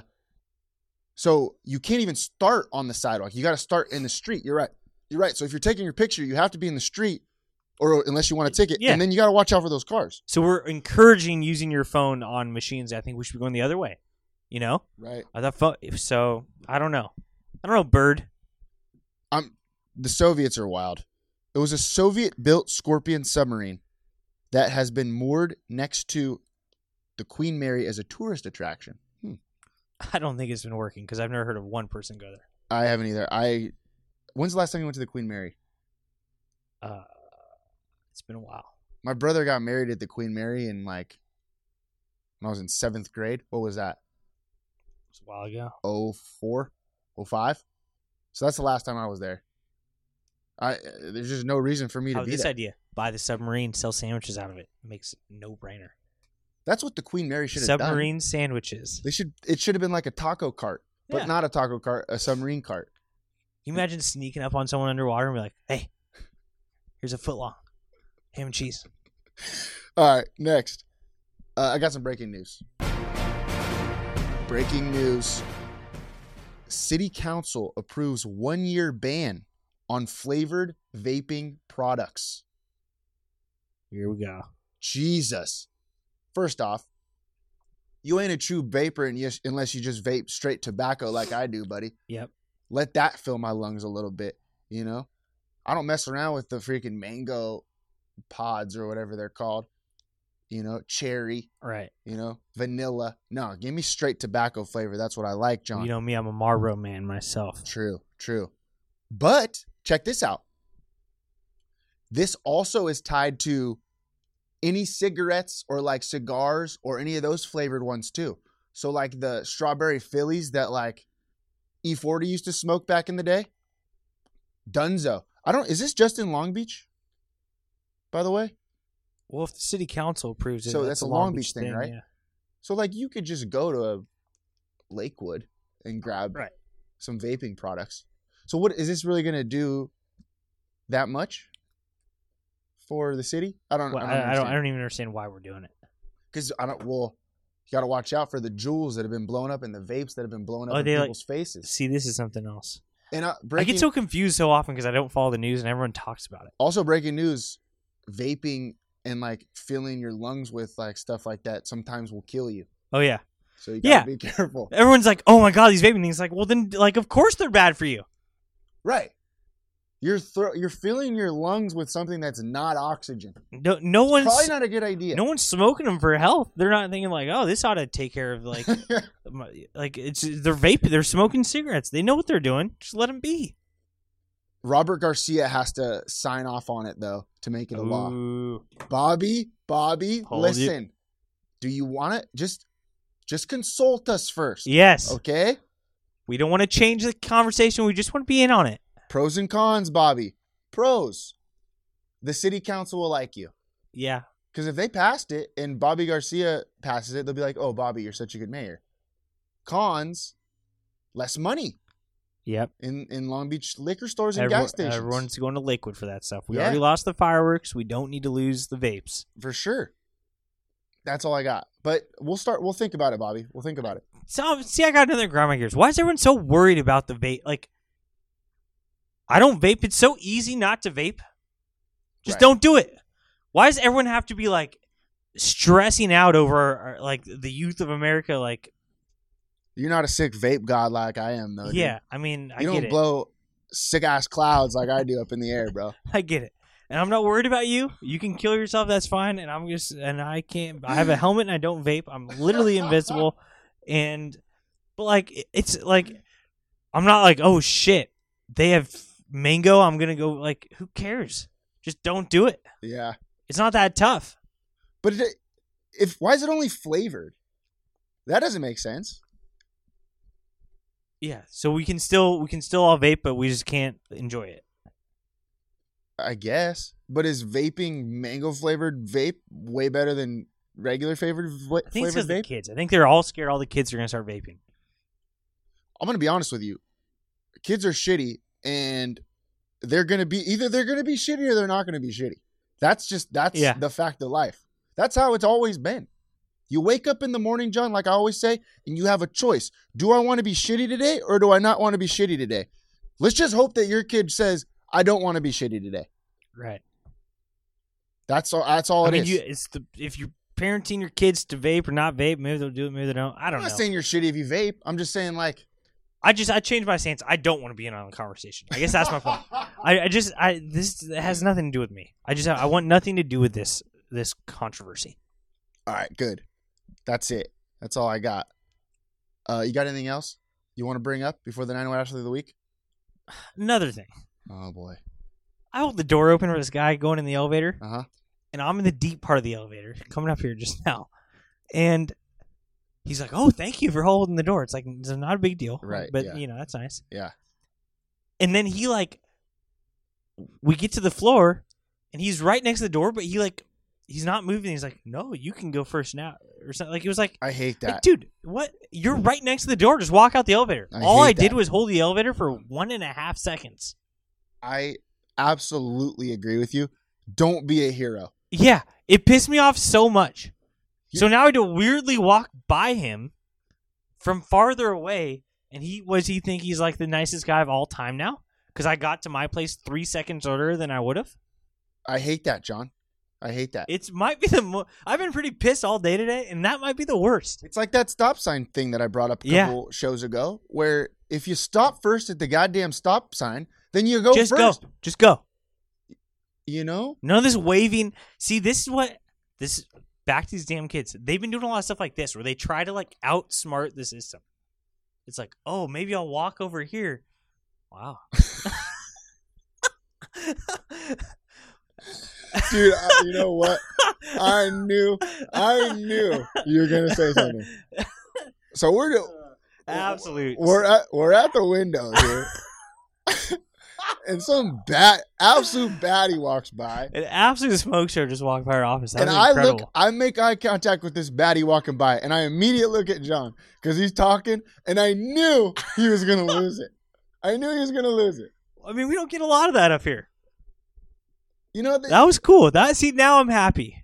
so you can't even start on the sidewalk. You got to start in the street. You're right. You're right. So if you're taking your picture, you have to be in the street, or unless you want a ticket,
Yeah.
and then you got to watch out for those cars.
So we're encouraging using your phone on machines. I think we should be going the other way. You know,
Right.
I thought pho- so. I don't know. I don't know, bird.
the Soviets are wild. It was a Soviet built Scorpion submarine that has been moored next to the Queen Mary as a tourist attraction.
I don't think it's been working because I've never heard of one person go there.
I haven't either. I when's the last time you went to the Queen Mary?
Uh, it's been a while.
My brother got married at the Queen Mary in like when I was in seventh grade. What was that?
It's a while ago.
Oh four? Oh five? So that's the last time I was there. I uh, there's just no reason for me to
How
be
this
there.
idea? Buy the submarine, sell sandwiches out of it. Makes no brainer.
That's what the Queen Mary should have done.
Submarine sandwiches.
They should it should have been like a taco cart, but
Yeah.
not a taco cart, a submarine cart.
Can you imagine sneaking up on someone underwater and be like, "Hey, here's a foot long, ham and cheese."
All right, next. Uh, I got some breaking news. Breaking news. City Council approves one year ban on flavored vaping products.
Here we go.
Jesus. First off, you ain't a true vapor and yes- unless you just vape straight tobacco like I do, buddy.
Yep.
Let that fill my lungs a little bit, you know? I don't mess around with the freaking mango pods or whatever they're called, you know, cherry.
All right.
you know, vanilla. No, give me straight tobacco flavor. That's what I like, John.
You know me, I'm a Marlboro man myself.
true, true. But check this out. This also is tied to any cigarettes or like cigars or any of those flavored ones too. So like the strawberry fillies that like E40 used to smoke back in the day. Dunzo. I don't is this just in Long Beach? By the way?
Well, if the city council approves it,
So that's a Long Beach thing, right?
yeah.
So like you could just go to a Lakewood and grab
Right.
some vaping products. So what is this really going to do that much for the city? I don't
Well,
I
I, I, don't, I
don't
don't even understand why we're doing it.
cuz I don't well you got to watch out for the jewels that have been blown up and the vapes that have been blown up
Oh,
in
they, like-
people's faces.
See, this is something else.
And uh,
I
breaking,
get so confused so often because I don't follow the news and everyone talks about it.
also breaking news vaping and like filling your lungs with like stuff like that sometimes will kill you.
Oh yeah.
So you got to be <laughs>
Yeah.
careful.
Everyone's like, "Oh my god, these vaping things!" Like, well, then, like, of course they're bad for you.
Right. You're thro- you're filling your lungs with something that's not oxygen.
No, no one's
Probably not a good idea.
no one's smoking them for health. They're not thinking like, "Oh, this ought to take care
<laughs>
of like, my- like it's they're vape. They're smoking cigarettes. They know what they're doing. Just let them be."
Robert Garcia has to sign off on it though to make it a law.
Ooh.
Bobby, Bobby,
Hold it.
listen. Do you want it? Just just consult us first.
Yes,
Okay?
we don't want to change the conversation. We just want to be in on it.
Pros and cons, Bobby. Pros. The city council will like you.
Yeah,
Because if they passed it and Bobby Garcia passes it, they'll be like, oh, Bobby, you're such a good mayor. Cons, less money
yep.
in, in Long Beach liquor stores and gas stations.
everyone's going to Lakewood for that stuff. We
Yeah.
already lost the fireworks. We don't need to lose the vapes.
for sure. That's all I got. But we'll start. We'll think about it, Bobby. We'll think about it.
So um, see, I got another grandma gears. Why is everyone so worried about the vape? Like, I don't vape. It's so easy not to vape. Just
Right.
don't do it. Why does everyone have to be uh, like stressing out over like the youth of America? Like,
You're not a sick vape god like I am, though. dude.
yeah, I mean, I
you
get
don't
it.
blow sick ass clouds like I do up in the air, bro.
<laughs> I get it. And I'm not worried about you. You can kill yourself. That's fine. And I'm just, and I can't, I have a helmet and I don't vape. I'm literally invincible. And, but like, it- it's like, I'm not like, oh shit, they have mango. I'm going to go, like, who cares? Just don't do it.
Yeah,
It's not that tough.
but it, if why is it only flavored? That doesn't make sense.
Yeah. So we can still, we can still all vape, but we just can't enjoy it.
I guess. But is vaping mango flavored vape way better than regular flavored va-
I think
flavored
it's because the
vape?
kids. I think they're all scared all the kids are going to start vaping.
I'm gonna be honest with you. Kids are shitty, and they're gonna be either they're gonna be shitty or they're not gonna be shitty. That's just that's
Yeah.
the fact of life. That's how it's always been. You wake up in the morning, John, like I always say, and you have a choice. Do I want to be shitty today or do I not want to be shitty today? Let's just hope that your kid says, I don't want to be shitty today.
Right.
That's all that's all
I
it
mean,
is.
you, it's the, if you're parenting your kids to vape or not vape, maybe they'll do it, maybe they don't. I don't
I'm not
know.
saying you're shitty if you vape. I'm just saying like
I just I changed my stance. I don't want to be in on the conversation. I guess that's my point. I, I just I this has nothing to do with me. I just I want nothing to do with this this controversy.
All right, good. That's it. That's all I got. Uh, you got anything else you want to bring up before the 908 Ashley of the Week?
Another thing,
Oh, boy.
I hold the door open for this guy going in the elevator,
Uh huh.
and I'm in the deep part of the elevator, coming up here just <laughs> now, and he's like, "Oh, thank you for holding the door." It's like it's not a big deal,
Right,
But
yeah.
you know that's nice.
Yeah.
and then he like we get to the floor and he's right next to the door but he like he's not moving he's like no you can go first now or something like it was like,
I hate
like
that.
dude what you're right next to the door just walk out the elevator
I
all
hate
i did
that.
was hold the elevator for one and a half seconds
I absolutely agree with you. Don't be a hero.
yeah it pissed me off so much
You-
so now i had to weirdly walk by him from farther away and he was he think he's like the nicest guy of all time now because i got to my place three seconds earlier than i would have
I hate that, John. I hate that.
It's might be the mo- I've been pretty pissed all day today, and that might be the worst.
It's like that stop sign thing that I brought up a
Yeah.
couple shows ago, where if you stop first at the goddamn stop sign, then you go
Just
first.
go, just go.
You know?
None of this waving. See, this is what this back to these damn kids. They've been doing a lot of stuff like this, where they try to like outsmart the system. It's like, oh, maybe I'll walk over here. Wow.
Dude, I, you know what? I knew, I knew you were going to say something.
<laughs>
So we're, do-
<laughs> Absolute.
We're at we're at the window
<laughs>
here. and some bat absolute baddie walks by.
an absolute smoke show just walked by our office. That
and
was
I
incredible.
look I make eye contact with this baddie walking by and I immediately look at John because he's talking and I knew he was
<laughs>
gonna lose it. I knew he was gonna lose it.
I mean, we don't get a lot of that up here.
You know th-
That was cool. That see, now I'm happy.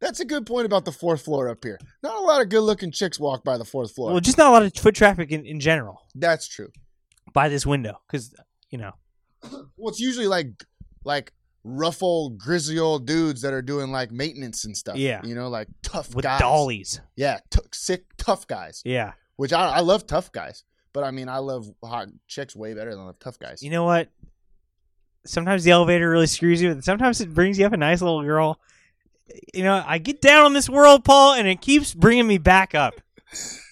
that's a good point about the fourth floor up here. Not a lot of good looking chicks walk by the fourth floor.
Well, just not a lot of foot traffic in, in general.
that's true.
by this window because you know
Well it's usually like like rough old grizzly old dudes that are doing like maintenance and stuff.
Yeah.
You know, like tough
with
guys.
dollies.
Yeah, t- sick tough guys.
Yeah,
Which I I love tough guys, but I mean I love hot chicks way better than I love tough guys.
you know what? Sometimes the elevator really screws you, and sometimes it brings you up a nice little girl. You know, I get down on this world, Paul, and it keeps bringing me back up.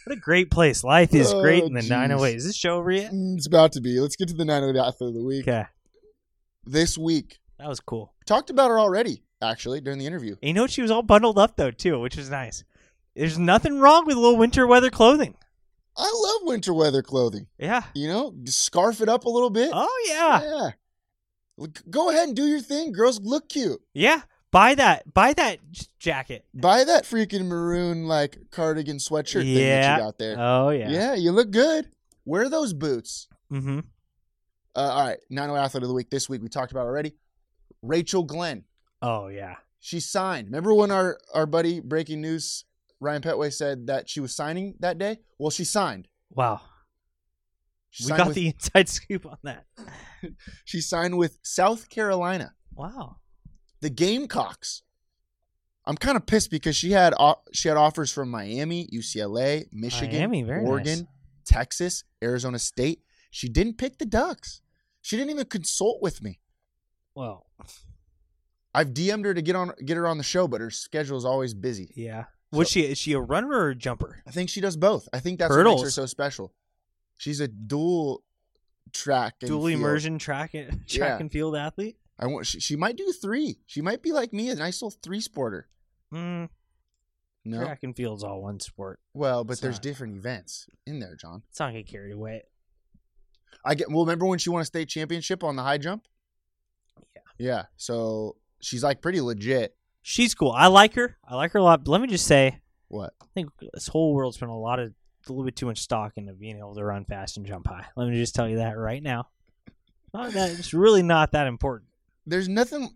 What a great place! Life is great
Oh,
in the
jeez.
908. Is this show over yet?
Mm, It's about to be. Let's get to the 908 athlete of the week.
Okay,
This week
that was cool.
talked about her already actually during the interview.
And you know what? She was all bundled up though too, which was nice. There's nothing wrong with a little winter weather clothing.
I love winter weather clothing.
Yeah.
You know, Just scarf it up a little bit.
Oh yeah.
Yeah. Look- Go ahead and do your thing, girls. Look cute.
Yeah. Buy that. Buy that j- jacket.
Buy that freaking maroon like cardigan sweatshirt thing that
Yeah.
you got there.
Oh yeah.
yeah, you look good. Wear those boots.
Mm-hmm.
Uh, all right, 908 athlete of the week this week we talked about already. Rachel Glenn.
Oh yeah.
She signed. Remember when our our buddy breaking news Ryan Petway said that she was signing that day? Well, she signed.
Wow.
She
We
signed
got
with,
the <laughs> inside scoop on that.
She signed with South Carolina,
Wow.
the Gamecocks. I'm kind of pissed because she had o- she had offers from Miami, UCLA, Michigan,
Miami, very
Oregon, Texas, Arizona State. She didn't pick the Ducks. She didn't even consult with me.
Well,
I've DM'd her to get on get her on the show, but her schedule is always busy.
yeah.
Was she is she a runner or a jumper?
I think she does both. I think that's what makes her
Hurdles.
so special. She's a dual track and
Dual
field.
immersion track and <laughs> track
Yeah.
and field athlete.
I want she, she might do three. She might be like me, a nice little three sporter.
Mm,
No,
Track and field's all one sport.
well, but
It's
there's
not.
different events in there, John.
It's not gonna carry away.
I get. Well, remember when she won a state championship on the high jump?
Yeah.
Yeah. So she's like pretty legit.
She's cool. I like her. I like her a lot. But let me just say,
What?
I think this whole world's been a lot of a little bit too much stock into being able to run fast and jump high. Let me just tell you that right now. Not that it's really not that important.
There's nothing.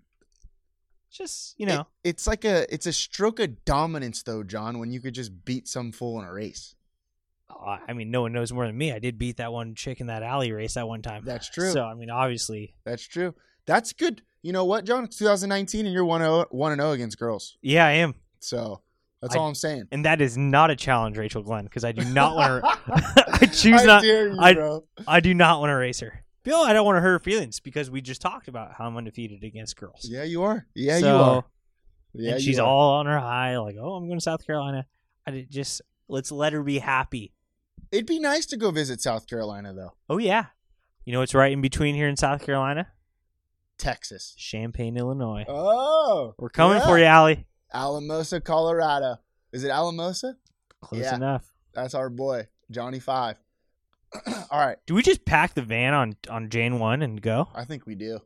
Just you know,
it- it's like a it's a stroke of dominance though, John. When you could just beat some fool in a race.
I I mean, no one knows more than me. I did beat that one chick in that alley race that one time.
That's true.
So I mean, obviously,
That's true. That's good. You know what, John? It's 2019, and you're one zero one and zero against girls.
yeah, I am,
So that's
I-
all I'm saying.
and that is not a challenge, Rachel Glenn, because I do not
<laughs>
want to. <laughs> I choose not.
dare you,
I-
bro.
I do not want to race her, Bill. I don't want to hurt her feelings because we just talked about how I'm undefeated against girls.
Yeah, you are. Yeah,
So-
you are. Yeah,
and
you
she's
are.
all on her high, like, "Oh, I'm going to South Carolina." I did just let's let her be happy.
It'd be nice to go visit South Carolina though,
Oh yeah, you know it's right in between here in South Carolina,
Texas.
Champaign, Illinois.
Oh,
We're coming
yeah.
for you, Allie.
Alamosa, Colorado. Is it Alamosa?
Close
Yeah.
enough.
That's our boy, Johnny Five. <clears throat> all right,
Do we just pack the van on on Jane one and go?
I think we do.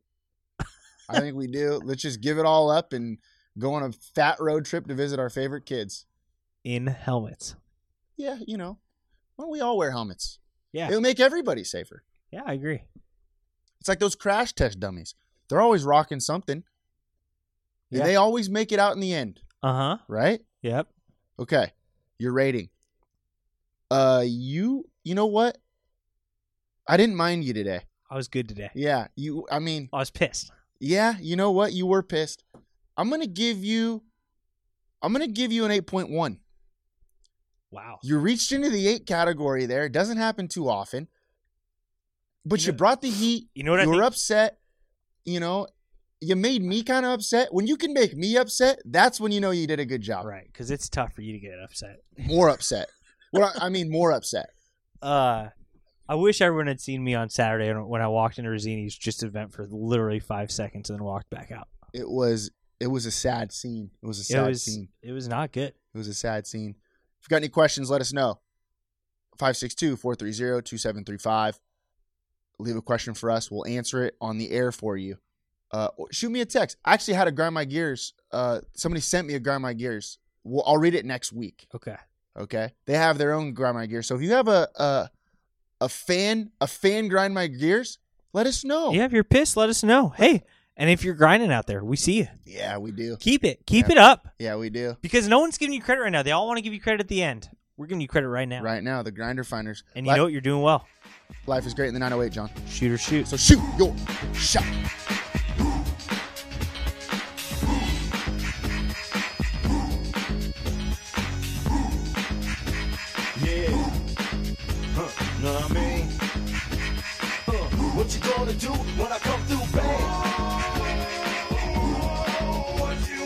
I think we do. Let's just give it all up and go on a fat road trip to visit our favorite kids.
in helmets.
Yeah, you know, why don't we all wear helmets?
Yeah.
It'll make everybody safer.
Yeah, I agree.
It's like those crash test dummies. They're always rocking something. And
Yeah.
They always make it out in the end,
Uh huh.
right?
Yep.
Okay. Your rating. Uh you you know what? I didn't mind you today.
I was good today.
Yeah, you I mean,
I was pissed.
yeah, you know what? You were pissed. I'm going to give you I'm going to give you an 8.1.
Wow.
You reached into the 8 category there. It doesn't happen too often. But
You
you
know-
brought the heat.
You know what I
you were
think?
upset. You know, you made me kind of upset. When you can make me upset, that's when you know you did a good job.
Right, because it's tough for you to get upset. <laughs>
More upset. Well, I mean, more upset.
Uh, I wish everyone had seen me on Saturday when- when I walked into Rosini's just event for literally five seconds and then walked back out.
It was. It was a sad scene. It was a
It
sad
was
scene.
it was not good.
It was a sad scene. If you got any questions, let us know. 562-430-2735. Leave a question for us. We'll answer it on the air for you. Uh, or shoot me a text. I actually had to grind my gears. Uh, somebody sent me a grind my gears. Well, I'll read it next week.
Okay.
Okay, they have their own grind my gears. So if you have a a, a fan a fan grind my gears, let us know.
Yeah, if you're pissed, let us know. Hey, and if you're grinding out there, we see you.
yeah, we do.
Keep it. Keep it up.
Yeah, we do.
Because no one's giving you credit right now. They all want to give you credit at the end. We're giving you credit right now.
Right now, the grinder finders.
And you know what? You're doing well.
life is great in the 908, John.
Shoot or shoot.
So shoot your shot.
Yeah. Huh, know what I mean? Huh, what you gonna do when I come through, babe? What you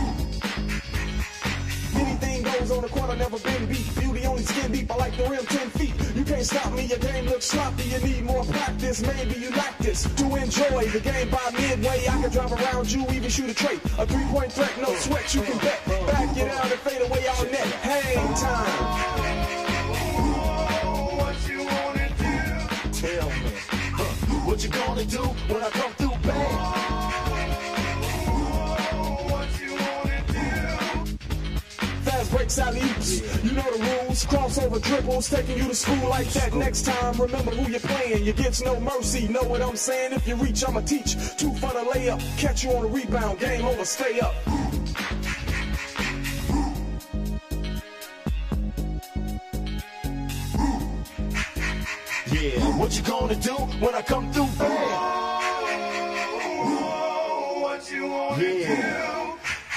wanna do? Anything goes on the court, I never been beat. Beauty only skin deep, I like the rim 10 feet. You can't stop me, your game looks sloppy. You need more practice, maybe you like this. To enjoy the game by midway, I can drive around you, even shoot a trait. A three point threat, no sweat, you can bet. Back it out and fade away all net. Hang time. What you wanna do? Tell me. Huh, what you gonna do when I come through, babe? What you wanna do? Fast breaks out oops. You know the rules. Crossover dribbles, taking you to school like that. Next time, remember who you're playing. You gets no mercy. Know what I'm saying? If you reach, I'ma teach. Two for the layup. Catch you on the rebound. Game over. Stay up. Yeah, what you gonna do when I come through, babe? what you wanna do?